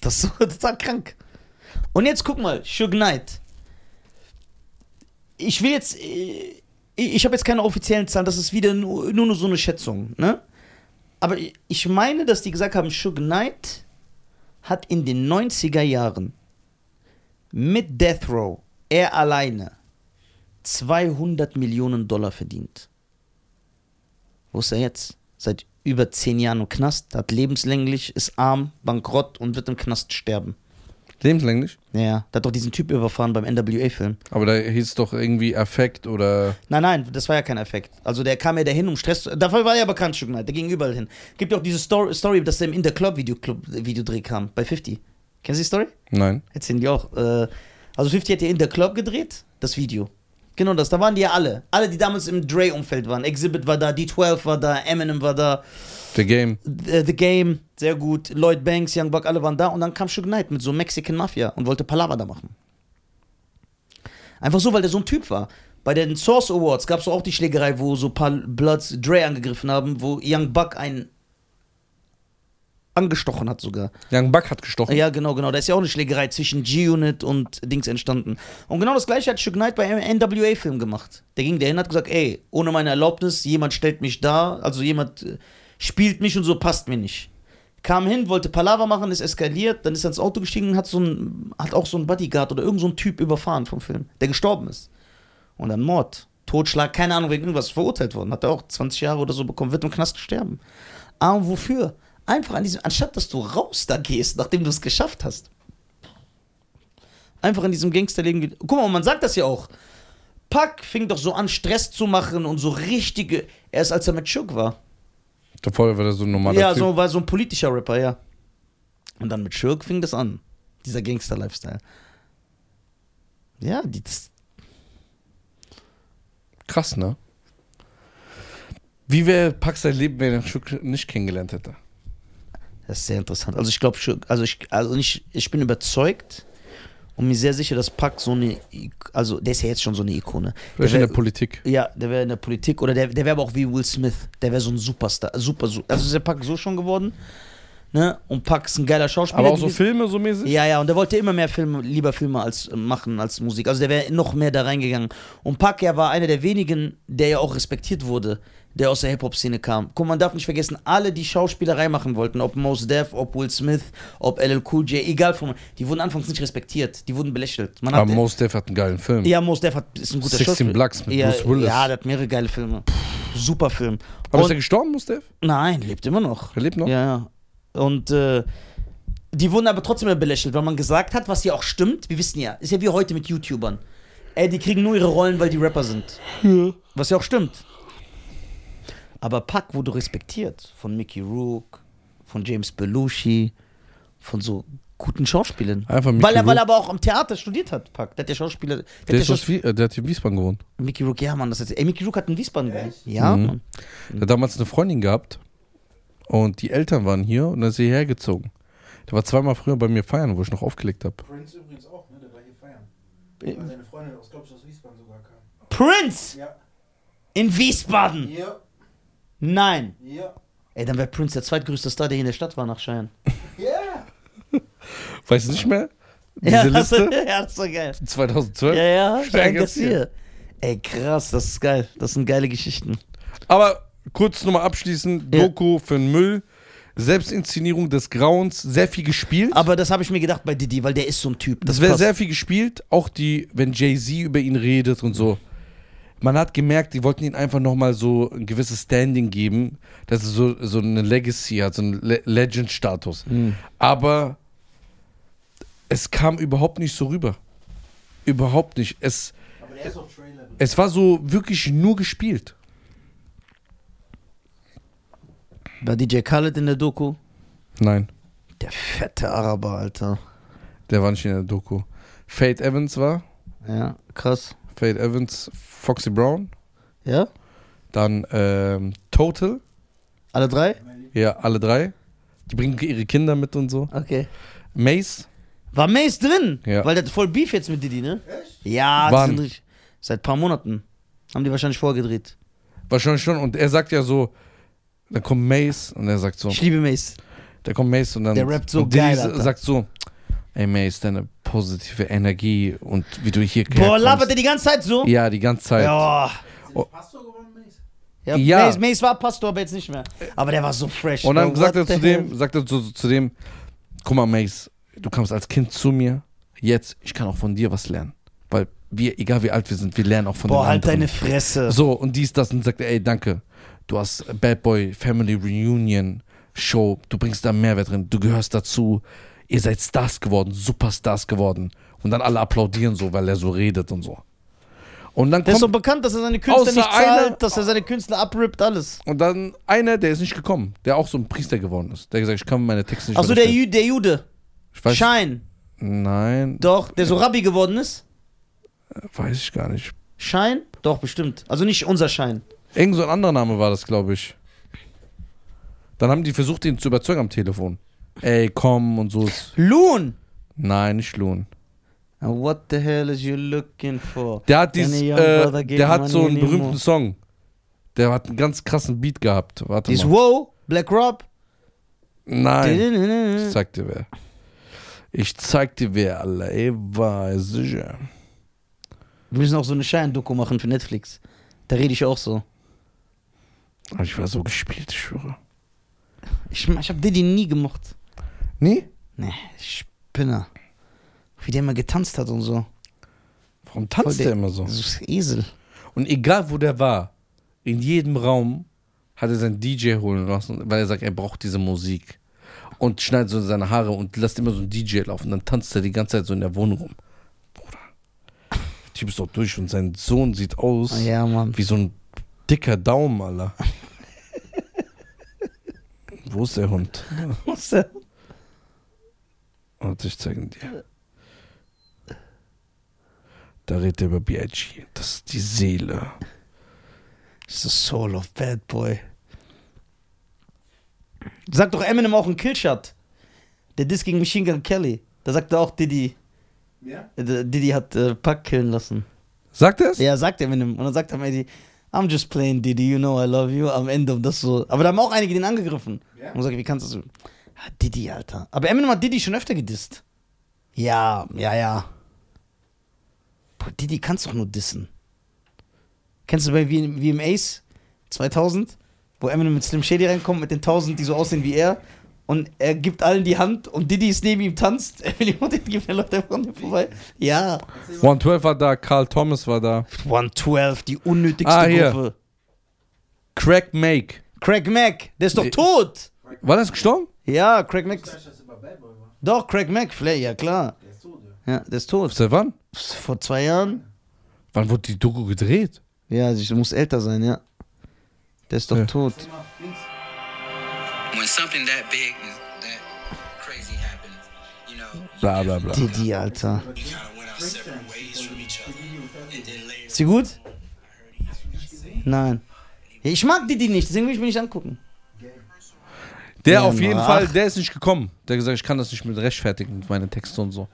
Speaker 1: Das ist [LAUGHS] so total krank. Und jetzt guck mal, Suge Knight. Ich will jetzt. äh, Ich, ich habe jetzt keine offiziellen Zahlen, das ist wieder nur, nur so eine Schätzung, ne? Aber ich- ich meine, dass die gesagt haben, Suge Knight hat in den 90er Jahren mit Death Row, er alleine, 200 Millionen Dollar verdient. Wo ist er jetzt? Seit über 10 Jahren im Knast, hat lebenslänglich, ist arm, bankrott und wird im Knast sterben.
Speaker 2: Lebenslänglich.
Speaker 1: Ja, der hat doch diesen Typ überfahren beim NWA-Film.
Speaker 2: Aber da hieß es doch irgendwie Affekt oder.
Speaker 1: Nein, nein, das war ja kein Effekt. Also der kam ja dahin, um Stress zu... Dafür war er ja bekannt, Suge Knight. Der ging überall hin. Gibt ja auch diese Story, Story dass er im In-The-Club-Videodreh kam, bei 50. Kennst du die Story?
Speaker 2: Nein.
Speaker 1: Erzählen die auch. Äh, also 50 hat ja in der Club gedreht, das Video. Genau das, da waren die ja alle. Alle, die damals im Dre-Umfeld waren. Exhibit war da, D12 war da, Eminem war da,
Speaker 2: The Game.
Speaker 1: The, The Game, sehr gut, Lloyd Banks, Young Buck, alle waren da. Und dann kam Suge Knight mit so Mexican Mafia und wollte Palaver da machen. Einfach so, weil der so ein Typ war. Bei den Source Awards gab es auch die Schlägerei, wo so ein paar Bloods Dre angegriffen haben, wo Young Buck einen angestochen hat sogar.
Speaker 2: Young Buck hat gestochen.
Speaker 1: Ja, genau, genau. Da ist ja auch eine Schlägerei zwischen G-Unit und Dings entstanden. Und genau das gleiche hat Suge Knight bei einem NWA-Film gemacht. Der ging dahin und hat gesagt, ey, ohne meine Erlaubnis, jemand stellt mich da, also jemand äh, spielt mich und so passt mir nicht. Kam hin, wollte Palaver machen, ist eskaliert, dann ist er ins Auto gestiegen und hat, so ein, hat auch so einen Bodyguard oder irgend so einen Typ überfahren vom Film, der gestorben ist. Und dann Mord, Totschlag, keine Ahnung, wegen irgendwas verurteilt worden. Hat er auch 20 Jahre oder so bekommen, wird im Knast sterben. Aber wofür? Einfach an diesem, anstatt dass du raus da gehst, nachdem du es geschafft hast. Einfach in diesem Gangsterleben. ge- Guck mal, und man sagt das ja auch. Pack fing doch so an, Stress zu machen und so richtige. Erst als er mit Schuck war.
Speaker 2: Davor war der so ein normaler
Speaker 1: ja,
Speaker 2: Typ.
Speaker 1: so war so ein politischer Rapper, ja. Und dann mit Schirk fing das an. Dieser Gangster-Lifestyle. Ja, die, das,
Speaker 2: Krass, ne? Wie wäre Pax sein Leben, wenn er Schuck nicht kennengelernt hätte?
Speaker 1: das ist sehr interessant. Also ich glaube, also ich, also nicht, ich bin überzeugt und mir sehr sicher, dass Pack so eine, I- also der ist ja jetzt schon so eine Ikone.
Speaker 2: Vielleicht in
Speaker 1: wär-
Speaker 2: der Politik.
Speaker 1: Ja, der wäre in der Politik oder der, der wäre aber auch wie Will Smith. Der wäre so ein Superstar. Super, su- also ist der Pack so schon geworden. Ne? Und Pack ist ein geiler Schauspieler.
Speaker 2: Aber auch so
Speaker 1: gewesen.
Speaker 2: Filme so mäßig?
Speaker 1: Ja, ja, und der wollte immer mehr Filme, lieber Filme als äh, machen, als Musik. Also der wäre noch mehr da reingegangen. Und Pac ja war einer der wenigen, der ja auch respektiert wurde, der aus der Hip-Hop-Szene kam. Guck, man darf nicht vergessen, alle, die Schauspielerei machen wollten, ob Mos Def, ob Will Smith, ob LL Cool J, egal von, die wurden anfangs nicht respektiert, die wurden belächelt. Man
Speaker 2: Aber
Speaker 1: hat,
Speaker 2: Mos Def hat einen geilen Film.
Speaker 1: ja, Mos Def hat, ist ein guter
Speaker 2: 16
Speaker 1: Schauspieler.
Speaker 2: Blacks mit
Speaker 1: ja,
Speaker 2: Bruce Willis.
Speaker 1: Ja, der hat mehrere geile Filme. Super Film.
Speaker 2: Aber ist
Speaker 1: Und-
Speaker 2: er gestorben, Mos Def?
Speaker 1: Nein, lebt immer noch.
Speaker 2: Er lebt noch?
Speaker 1: Ja, ja. Und äh, die wurden aber trotzdem immer belächelt, weil man gesagt hat, was ja auch stimmt. Wir wissen ja, ist ja wie heute mit YouTubern. Ey, die kriegen nur ihre Rollen, weil die Rapper sind. Was ja auch stimmt. Aber Pac wurde respektiert von Mickey Rook, von James Belushi, von so guten Schauspielern.
Speaker 2: Einfach Mickey
Speaker 1: Weil er, weil er
Speaker 2: Rourke.
Speaker 1: aber auch am Theater studiert hat, Pac. Der hat ja Schauspieler. Der, hat
Speaker 2: Der,
Speaker 1: ja
Speaker 2: ist aus
Speaker 1: Schaus
Speaker 2: Wie äh, der hat in Wiesbaden gewohnt.
Speaker 1: Mickey Rook, ja, Mann, das ist. Ey, Mickey Rook hat in Wiesbaden gewohnt. Ja,
Speaker 2: Mhm.
Speaker 1: Mann.
Speaker 2: Der hat damals eine Freundin gehabt und die Eltern waren hier und dann ist er hierher gezogen. Der war zweimal früher bei mir feiern, wo ich noch aufgelegt habe.
Speaker 4: Prince übrigens auch, ne? Der war hier feiern.
Speaker 1: Äh.
Speaker 4: Weil seine Freundin aus, glaube ich, aus Wiesbaden sogar kam.
Speaker 1: Prince
Speaker 4: Ja.
Speaker 1: in Wiesbaden.
Speaker 4: Ja,
Speaker 1: Nein.
Speaker 4: ja.
Speaker 1: Ey, dann wäre Prince der zweitgrößte Star, der hier in der Stadt war nach Schein.
Speaker 4: Ja.
Speaker 2: Weißt du nicht mehr? Diese
Speaker 1: das,
Speaker 2: Liste?
Speaker 1: ja, [LAUGHS] das ist doch geil.
Speaker 2: 2012.
Speaker 1: Ja, ja,
Speaker 2: Stein
Speaker 1: Schein
Speaker 2: gibt's hier.
Speaker 1: Gassier. Ey, krass, das ist geil. Das sind geile Geschichten.
Speaker 2: Aber kurz nochmal abschließend:
Speaker 1: Ja.
Speaker 2: Doku für den Müll, Selbstinszenierung des Grauens, sehr viel gespielt.
Speaker 1: Aber das habe ich mir gedacht bei Didi, weil der ist so ein Typ.
Speaker 2: das wäre
Speaker 1: passt.
Speaker 2: sehr viel gespielt, auch die, wenn Jay-Z über ihn redet und so. Man hat gemerkt, die wollten ihm einfach nochmal so ein gewisses Standing geben, dass er so, so eine Legacy hat, so einen Le Legend-Status. Aber es kam überhaupt nicht so rüber. Überhaupt nicht. Es,
Speaker 4: Aber der ist auf Trailer.
Speaker 2: es war so wirklich nur gespielt.
Speaker 1: War DJ Khaled in der Doku?
Speaker 2: Nein.
Speaker 1: Der fette Araber, Alter.
Speaker 2: Der war nicht in der Doku. Fate Evans war.
Speaker 1: Ja, krass.
Speaker 2: Fate Evans, Foxy Brown.
Speaker 1: Ja?
Speaker 2: Dann ähm, Total.
Speaker 1: Alle drei?
Speaker 2: Ja, alle drei. Die bringen ihre Kinder mit und so.
Speaker 1: Okay.
Speaker 2: Mace.
Speaker 1: War Mace drin?
Speaker 2: Ja.
Speaker 1: Weil der hat voll Beef jetzt mit Didi, ne?
Speaker 4: Echt?
Speaker 1: Ja, die
Speaker 2: Wann?
Speaker 1: sind richtig. Seit paar Monaten. Haben die wahrscheinlich vorgedreht.
Speaker 2: Wahrscheinlich schon. Und er sagt ja so, da kommt Mace und er sagt so,
Speaker 1: Ich liebe Mace.
Speaker 2: da kommt Mace und dann.
Speaker 1: Der rappt so
Speaker 2: und Diddy
Speaker 1: geil,
Speaker 2: sa-
Speaker 1: Alter.
Speaker 2: sagt so, ey Mace, deine positive Energie und wie du hier
Speaker 1: Boah,
Speaker 2: herkommst."
Speaker 1: labert der die ganze Zeit so?
Speaker 2: Ja, die ganze Zeit.
Speaker 1: Ja.
Speaker 4: Sind
Speaker 2: Oh.
Speaker 4: oh. Pastor geworden, Mace?
Speaker 1: Ja,
Speaker 2: Ja.
Speaker 1: Mace, Mace war Pastor, aber jetzt nicht mehr. Aber der war so fresh.
Speaker 2: Und dann
Speaker 1: Bro,
Speaker 2: sagt er
Speaker 1: what
Speaker 2: zu
Speaker 1: the hell?
Speaker 2: dem, sagt er zu, zu dem, guck mal, Mace, du kamst als Kind zu mir, jetzt, ich kann auch von dir was lernen. Weil wir, egal wie alt wir sind, wir lernen auch von
Speaker 1: Boah,
Speaker 2: den
Speaker 1: halt
Speaker 2: anderen.
Speaker 1: deine Fresse.
Speaker 2: so, und dies, das, und sagt er, ey, danke, du hast Bad Boy Family Reunion Show, du bringst da einen Mehrwert drin, du gehörst dazu, ihr seid Stars geworden, Superstars geworden. Und dann alle applaudieren so, weil er so redet und so. Und dann
Speaker 1: der ist
Speaker 2: kommt,
Speaker 1: so bekannt, dass er seine Künstler
Speaker 2: Außer
Speaker 1: nicht zahlt,
Speaker 2: einer-
Speaker 1: dass er seine Künstler abrippt, alles.
Speaker 2: und dann einer, der ist nicht gekommen, der auch so ein Priester geworden ist, der gesagt, ich kann meine Texte nicht
Speaker 1: Also der,
Speaker 2: verstehen.
Speaker 1: Jü der Jude.
Speaker 2: Ich weiß-
Speaker 1: Schein.
Speaker 2: Nein,
Speaker 1: Doch, der so Rabbi geworden ist.
Speaker 2: weiß ich gar nicht.
Speaker 1: Schein? Doch, bestimmt. Also nicht unser Schein.
Speaker 2: Irgend so ein anderer Name war das, glaube ich. Dann haben die versucht, ihn zu überzeugen am Telefon. Ey, komm und so. ist-
Speaker 1: Loon!
Speaker 2: Nein, nicht Lohn.
Speaker 1: And What the hell is you looking for?
Speaker 2: Der hat dies,
Speaker 1: Any young brother
Speaker 2: äh,
Speaker 1: give
Speaker 2: der hat
Speaker 1: money
Speaker 2: so einen
Speaker 1: anymore.
Speaker 2: berühmten Song. Der hat einen ganz krassen Beat gehabt. Warte
Speaker 1: Dies
Speaker 2: mal.
Speaker 1: Wow, Black Rob.
Speaker 2: Nein. Ich
Speaker 1: Nein.
Speaker 2: zeig dir wer. Ich zeig dir wer, Alter. Ey, war sicher.
Speaker 1: Wir müssen auch so eine Schein-Doku machen für Netflix. Da rede ich auch so.
Speaker 2: Aber ich war so gespielt, ich schwöre.
Speaker 1: Ich, ich habe Diddy nie gemocht.
Speaker 2: Nie?
Speaker 1: Nee, Spinner. Wie der immer getanzt hat und so.
Speaker 2: Warum tanzt
Speaker 1: Voll
Speaker 2: der
Speaker 1: der-
Speaker 2: immer so?
Speaker 1: Das ist Esel.
Speaker 2: Und egal wo der war, in jedem Raum hat er seinen DJ holen lassen, weil er sagt, er braucht diese Musik. Und schneidet so seine Haare und lässt immer so einen DJ laufen. Dann tanzt er die ganze Zeit so in der Wohnung rum. Bruder. Der Typ ist doch durch und sein Sohn sieht aus
Speaker 1: Ah, Ja, Mann.
Speaker 2: wie so ein dicker Daumen, Alter. Wo ist der Hund?
Speaker 1: [LAUGHS]
Speaker 2: Warte, ich zeige ihn dir. Da redet er über B.I.G. Das ist die Seele.
Speaker 1: It's the soul of bad boy. Sagt doch Eminem auch einen Killshot. Der Diss gegen Machine Gun Kelly. Da sagt er auch Diddy.
Speaker 4: Ja?
Speaker 1: äh, Diddy hat äh, Pack killen lassen.
Speaker 2: Sagt er es?
Speaker 1: Ja, sagt Eminem. Und dann sagt er Eddie, I'm just playing Diddy, you know I love you. Am Ende um das so. Aber da haben auch einige den angegriffen.
Speaker 4: Ja?
Speaker 1: Und sagt, wie kannst du so. Ah, Diddy, Alter. Aber Eminem hat Diddy schon öfter gedisst. Ja, ja, ja. Boah, Diddy kannst doch nur dissen. Kennst du bei wie, wie im Ace 2000, wo Eminem mit Slim Shady reinkommt, mit den 1000, die so aussehen wie er. Und er gibt allen die Hand und Diddy ist neben ihm, tanzt. [LAUGHS] Er will ihm und den gibt, er läuft einfach an ihm vorbei. Ja.
Speaker 4: Erzähl mal.
Speaker 2: 112 war da, Carl Thomas war da.
Speaker 1: 112, die unnötigste
Speaker 2: Ah, hier.
Speaker 1: Gruppe.
Speaker 2: Craig Make.
Speaker 1: Craig Mack, der ist doch
Speaker 2: Nee.
Speaker 1: tot.
Speaker 2: War das gestorben?
Speaker 1: Ja, Craig Mack.
Speaker 4: Ich dachte, dass er bei Bad Boy war.
Speaker 1: Doch, Craig Mack, vielleicht, ja klar.
Speaker 4: Der ist so, der.
Speaker 1: Ja, der ist tot.
Speaker 2: Seit wann?
Speaker 1: Vor zwei Jahren?
Speaker 2: Wann wurde die Doku gedreht?
Speaker 1: Ja, also ich muss älter sein, ja. Der ist doch
Speaker 2: Ja.
Speaker 1: tot.
Speaker 4: Erzähl mal, links.
Speaker 5: when something that big and that crazy happens, you know, you
Speaker 2: Bla bla bla.
Speaker 1: Didi, Alter.
Speaker 4: Aber die-
Speaker 5: kind of went our separate ways from each
Speaker 4: die
Speaker 5: other.
Speaker 4: Videos, also,
Speaker 5: And then later,
Speaker 1: Ist die gut?
Speaker 4: hast du nicht gesehen?
Speaker 1: Nein. Ja, Ich mag Didi nicht, deswegen will ich mir nicht angucken.
Speaker 2: Der
Speaker 1: Ja,
Speaker 2: auf jeden
Speaker 1: ach.
Speaker 2: Fall, der ist nicht gekommen. Der hat gesagt, ich kann das nicht mit rechtfertigen, mit meinen Texten und so.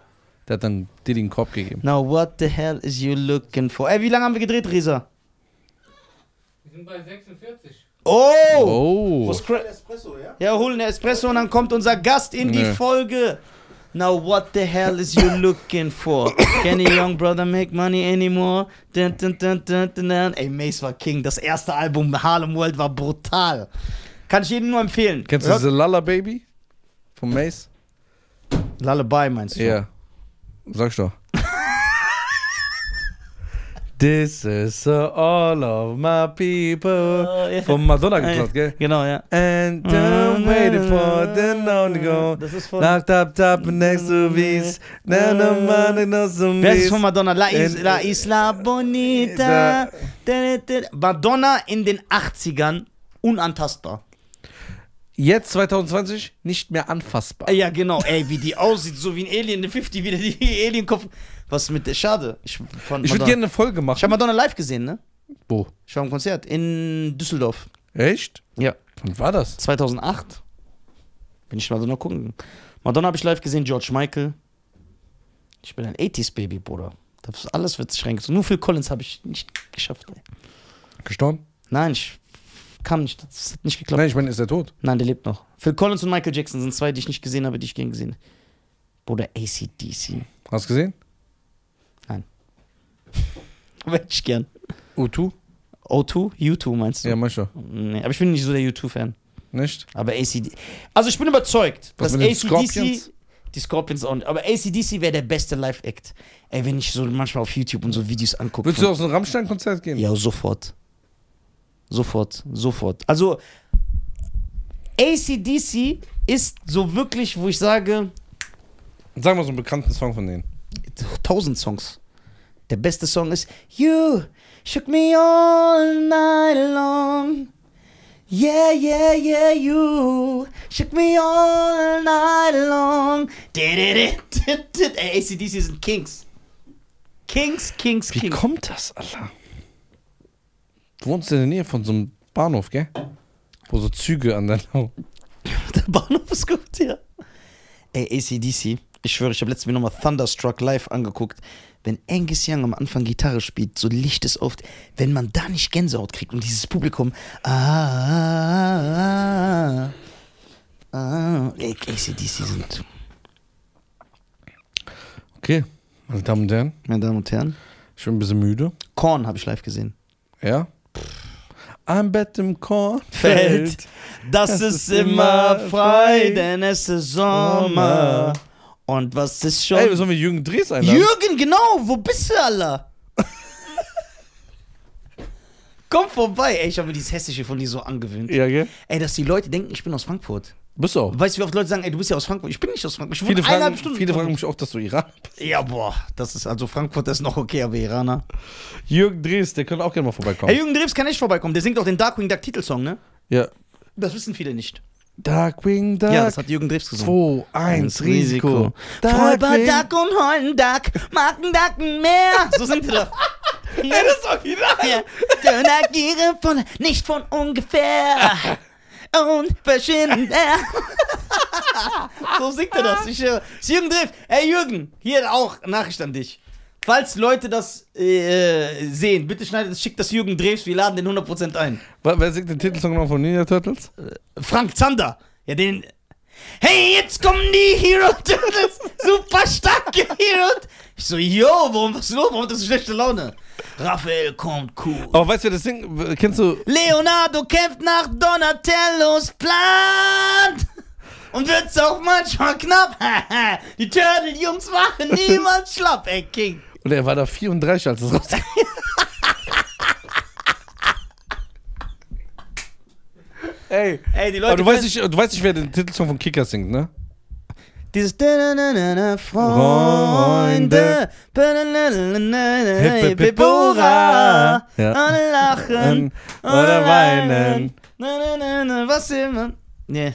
Speaker 2: Der hat dann dir den Korb gegeben.
Speaker 1: Now what the hell is you looking for? Ey, wie lange haben wir gedreht, Risa?
Speaker 3: Wir sind bei 46.
Speaker 1: Oh!
Speaker 2: Oh.
Speaker 1: Was Cra-
Speaker 4: Espresso, ja?
Speaker 1: Ja, hol einen Espresso und dann kommt unser Gast in die
Speaker 2: Nee.
Speaker 1: Folge. Now what the hell is you looking for? Can a young brother make money anymore? Dun, dun, dun, dun, dun, dun. Ey, Mace war King. Das erste Album Harlem World war brutal. Kann ich jedem nur empfehlen.
Speaker 2: Kennst du
Speaker 1: Hört-
Speaker 2: The Lala Baby? Von Mace?
Speaker 1: Lullaby meinst du?
Speaker 2: Ja.
Speaker 1: [LAUGHS]
Speaker 2: Sag's doch. This is uh, all of my people.
Speaker 1: Oh, ja.
Speaker 2: Von Madonna geklaut, gell?
Speaker 1: Genau, ja.
Speaker 2: And I'm waiting for the long go.
Speaker 1: Das ist von.
Speaker 2: Nach tap tap next to bees. Na na man in us um
Speaker 1: Wer ist es von Madonna? La, is,
Speaker 2: In-
Speaker 1: La Isla Bonita. Da, da, da. Madonna in den 80ern. Unantastbar.
Speaker 2: Jetzt 2020 nicht mehr anfassbar.
Speaker 1: Äh, Ja, genau. Ey, wie die aussieht, so wie ein Alien, eine 50, wieder die Alienkopf. Was mit der Schade. Ich fand
Speaker 2: Ich
Speaker 1: Madonna-
Speaker 2: würde gerne eine Folge
Speaker 1: Ich
Speaker 2: machen.
Speaker 1: habe Madonna live gesehen, ne?
Speaker 2: Wo?
Speaker 1: Ich war im Konzert in Düsseldorf.
Speaker 2: Echt?
Speaker 1: Ja.
Speaker 2: Wann war das?
Speaker 1: 2008. Bin ich Madonna gucken. Madonna habe ich live gesehen, George Michael. Ich bin ein 80s-Baby, Bruder. Das ist alles wird sich reingezogen. Nur Phil Collins habe ich nicht geschafft, ey.
Speaker 2: Gestorben?
Speaker 1: Nein, ich kam nicht. Das hat nicht geklappt.
Speaker 2: Nein, ich meine, ist er tot?
Speaker 1: Nein, der lebt noch. Phil Collins und Michael Jackson sind zwei, die ich nicht gesehen habe, die ich gern gesehen habe. Bruder, [LAUGHS] ACDC.
Speaker 2: Hast du gesehen?
Speaker 1: Hätte ich gern.
Speaker 2: U2?
Speaker 1: O2? U2 meinst du?
Speaker 2: Ja, meinst du?
Speaker 1: Nee, aber ich bin nicht so der U2-Fan.
Speaker 2: Nicht?
Speaker 1: Aber ACD. Also ich bin überzeugt,
Speaker 2: Was
Speaker 1: dass
Speaker 2: mit den
Speaker 1: ACDC.
Speaker 2: Scorpions?
Speaker 1: Die Scorpions auch nicht. Aber ACDC wäre der beste Live-Act. Ey, wenn ich so manchmal auf YouTube und so Videos angucke.
Speaker 2: Willst du
Speaker 1: von-
Speaker 2: auf so ein Rammstein-Konzert gehen?
Speaker 1: Ja, sofort. Sofort, sofort. Also, ACDC ist so wirklich, wo ich sage,
Speaker 2: Sagen wir so einen bekannten Song von denen.
Speaker 1: 1000 Songs. Der beste Song ist You shook me all night long. Yeah, yeah, yeah, you shook me all night long. [LAUGHS] Did it, did it. Ey, ACDC sind Kings. Kings, Kings,
Speaker 2: Wie
Speaker 1: Kings.
Speaker 2: kommt das, Alter? Du wohnst in der Nähe von so einem Bahnhof, gell? Wo so Züge an der Lau.
Speaker 1: [LAUGHS] Der Bahnhof ist gut, ja. Ey, ACDC, ich schwöre, ich habe letztens mir nochmal Thunderstruck live angeguckt. Wenn Angus Young am Anfang Gitarre spielt, so Licht ist oft, wenn man da nicht Gänsehaut kriegt und dieses Publikum. Ah, ah, ah, ah, ey, ACDC sind.
Speaker 2: Okay, meine Damen und Herren,
Speaker 1: Meine Damen und Herren.
Speaker 2: ich bin ein bisschen müde.
Speaker 1: Korn habe ich live gesehen.
Speaker 2: Ja? Am Bett im Kornfeld.
Speaker 1: Feld. Das,
Speaker 2: Das
Speaker 1: ist
Speaker 2: ist
Speaker 1: immer
Speaker 2: immer
Speaker 1: frei,
Speaker 2: frei.
Speaker 1: denn es ist Sommer. Und was ist schon.
Speaker 2: Ey, sollen wir Jürgen Dries einladen?
Speaker 1: Jürgen, genau, wo bist du, Alter? [LAUGHS] Komm vorbei. Ey, ich habe mir dieses Hessische von dir so angewöhnt.
Speaker 2: Ja, gell?
Speaker 1: Ey, dass die Leute denken, ich bin aus Frankfurt.
Speaker 2: Bist du auch.
Speaker 1: Weißt du, wie oft Leute sagen, ey, du bist ja aus Frankfurt. Ich bin nicht aus Frankfurt. Ich wohne
Speaker 2: Viele
Speaker 1: eineinhalb
Speaker 2: fragen,
Speaker 1: Stunden.
Speaker 2: viele
Speaker 1: von-
Speaker 2: fragen mich auch, dass du Iran bist.
Speaker 1: Ja, boah, das ist also Frankfurt ist noch okay, aber Iraner.
Speaker 2: Jürgen Dries, der könnte auch gerne mal vorbeikommen.
Speaker 1: Herr Jürgen Drebs kann echt vorbeikommen. Der singt auch den Darkwing Duck Titelsong, ne?
Speaker 2: Ja.
Speaker 1: Das wissen viele nicht.
Speaker 2: Darkwing Duck.
Speaker 1: Ja, das hat Jürgen Drebs gesungen.
Speaker 2: 2, 1, Risiko.
Speaker 1: Räuber Duck und Heulen Duck, Marken Duck mehr. [LAUGHS] So sind die doch. Ey, das ist original. Döner Giere von, nicht von ungefähr. Und verschwinden. [LAUGHS] so singt er das. Ich, höre. Das ist Jürgen Drift. Ey, Jürgen, hier auch Nachricht an dich. Falls Leute das äh, sehen, bitte schneidet, schickt das Jürgen Drews, wir laden den 100% ein.
Speaker 2: Wa- Wer singt den Titelsong noch von Ninja Turtles?
Speaker 1: Frank Zander. Ja, den. Hey, jetzt kommen die Hero [LAUGHS] Turtles. Super starke Hero. Ich so, yo, warum was ist los? Warum das so schlechte Laune? Raphael kommt cool.
Speaker 2: Aber weißt du, wer das singt? Kennst du?
Speaker 1: Leonardo kämpft nach Donatellos Plan. Und wird's auch manchmal knapp. [LAUGHS] die Turtle-Jungs machen
Speaker 2: [LAUGHS]
Speaker 1: niemand schlapp, ey, King.
Speaker 2: Und er war da 34, als es [LAUGHS] rauskam. Ey.
Speaker 1: Ey, die Leute.
Speaker 2: Aber du weißt,
Speaker 1: können-
Speaker 2: nicht, du weißt nicht, wer den Titelsong von Kicker singt, ne?
Speaker 1: Dieses da-na-na-na-na, Freunde,
Speaker 2: Hip,
Speaker 1: hip
Speaker 2: hip, hip, hurra. Ja.
Speaker 1: und lachen
Speaker 2: Oder weinen.
Speaker 1: Na-na-na-na, was immer. Nee.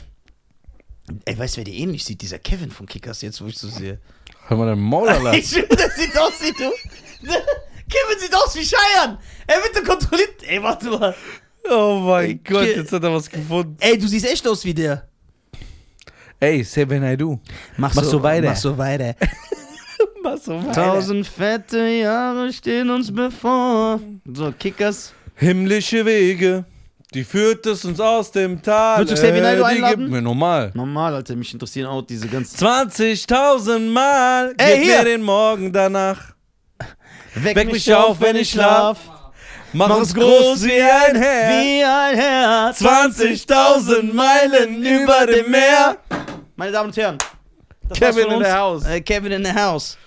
Speaker 1: Ey, weißt du, wer dir ähnlich sieht? Dieser Kevin von Kickers jetzt, wo ich so sehe.
Speaker 2: Hör mal dein [LAUGHS] Maul, Alter.
Speaker 1: Ich finde, das sieht aus wie du. Kevin sieht aus wie Scheiern. Ey, bitte kontrolliert. Ey, warte mal.
Speaker 2: Oh mein Gott,
Speaker 1: Ge-
Speaker 2: jetzt hat er was gefunden.
Speaker 1: Ey, du siehst echt aus wie der.
Speaker 2: Ey, say when I do.
Speaker 1: Mach,
Speaker 2: Mach so weiter.
Speaker 1: Mach so
Speaker 2: [LAUGHS]
Speaker 1: weiter.
Speaker 2: Was so
Speaker 1: Tausend fette Jahre stehen uns bevor. So, Kickers.
Speaker 2: Himmlische Wege, die führt es uns aus dem Tal. Äh,
Speaker 1: Würdest du Xavier Naidoo
Speaker 2: Die
Speaker 1: einladen?
Speaker 2: gibt mir normal.
Speaker 1: Normal, Alter, mich interessieren auch diese ganzen.
Speaker 2: 20.000 Mal
Speaker 1: Ey,
Speaker 2: gib
Speaker 1: hier.
Speaker 2: mir den Morgen danach.
Speaker 1: Weck,
Speaker 2: mich auf, wenn ich schlaf. Mach, uns groß wie ein Herr.
Speaker 1: Wie ein Herz.
Speaker 2: 20.000 Meilen über dem Meer.
Speaker 1: Meine Damen und Herren. das
Speaker 2: Kevin
Speaker 1: war's von
Speaker 2: in
Speaker 1: uns.
Speaker 2: the house.
Speaker 1: Äh, Kevin in the house.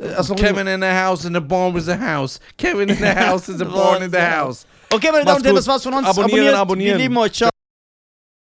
Speaker 1: Äh, hast du noch
Speaker 2: Kevin in the house and the bomb is a house. [LAUGHS] Kevin in the house is a born in the house.
Speaker 1: Okay, meine Damen und
Speaker 2: Mach's
Speaker 1: Herren,
Speaker 2: gut.
Speaker 1: das war's von uns.
Speaker 2: Abonnieren,
Speaker 1: Abonniert.
Speaker 2: abonnieren.
Speaker 1: Wir lieben euch. Ciao.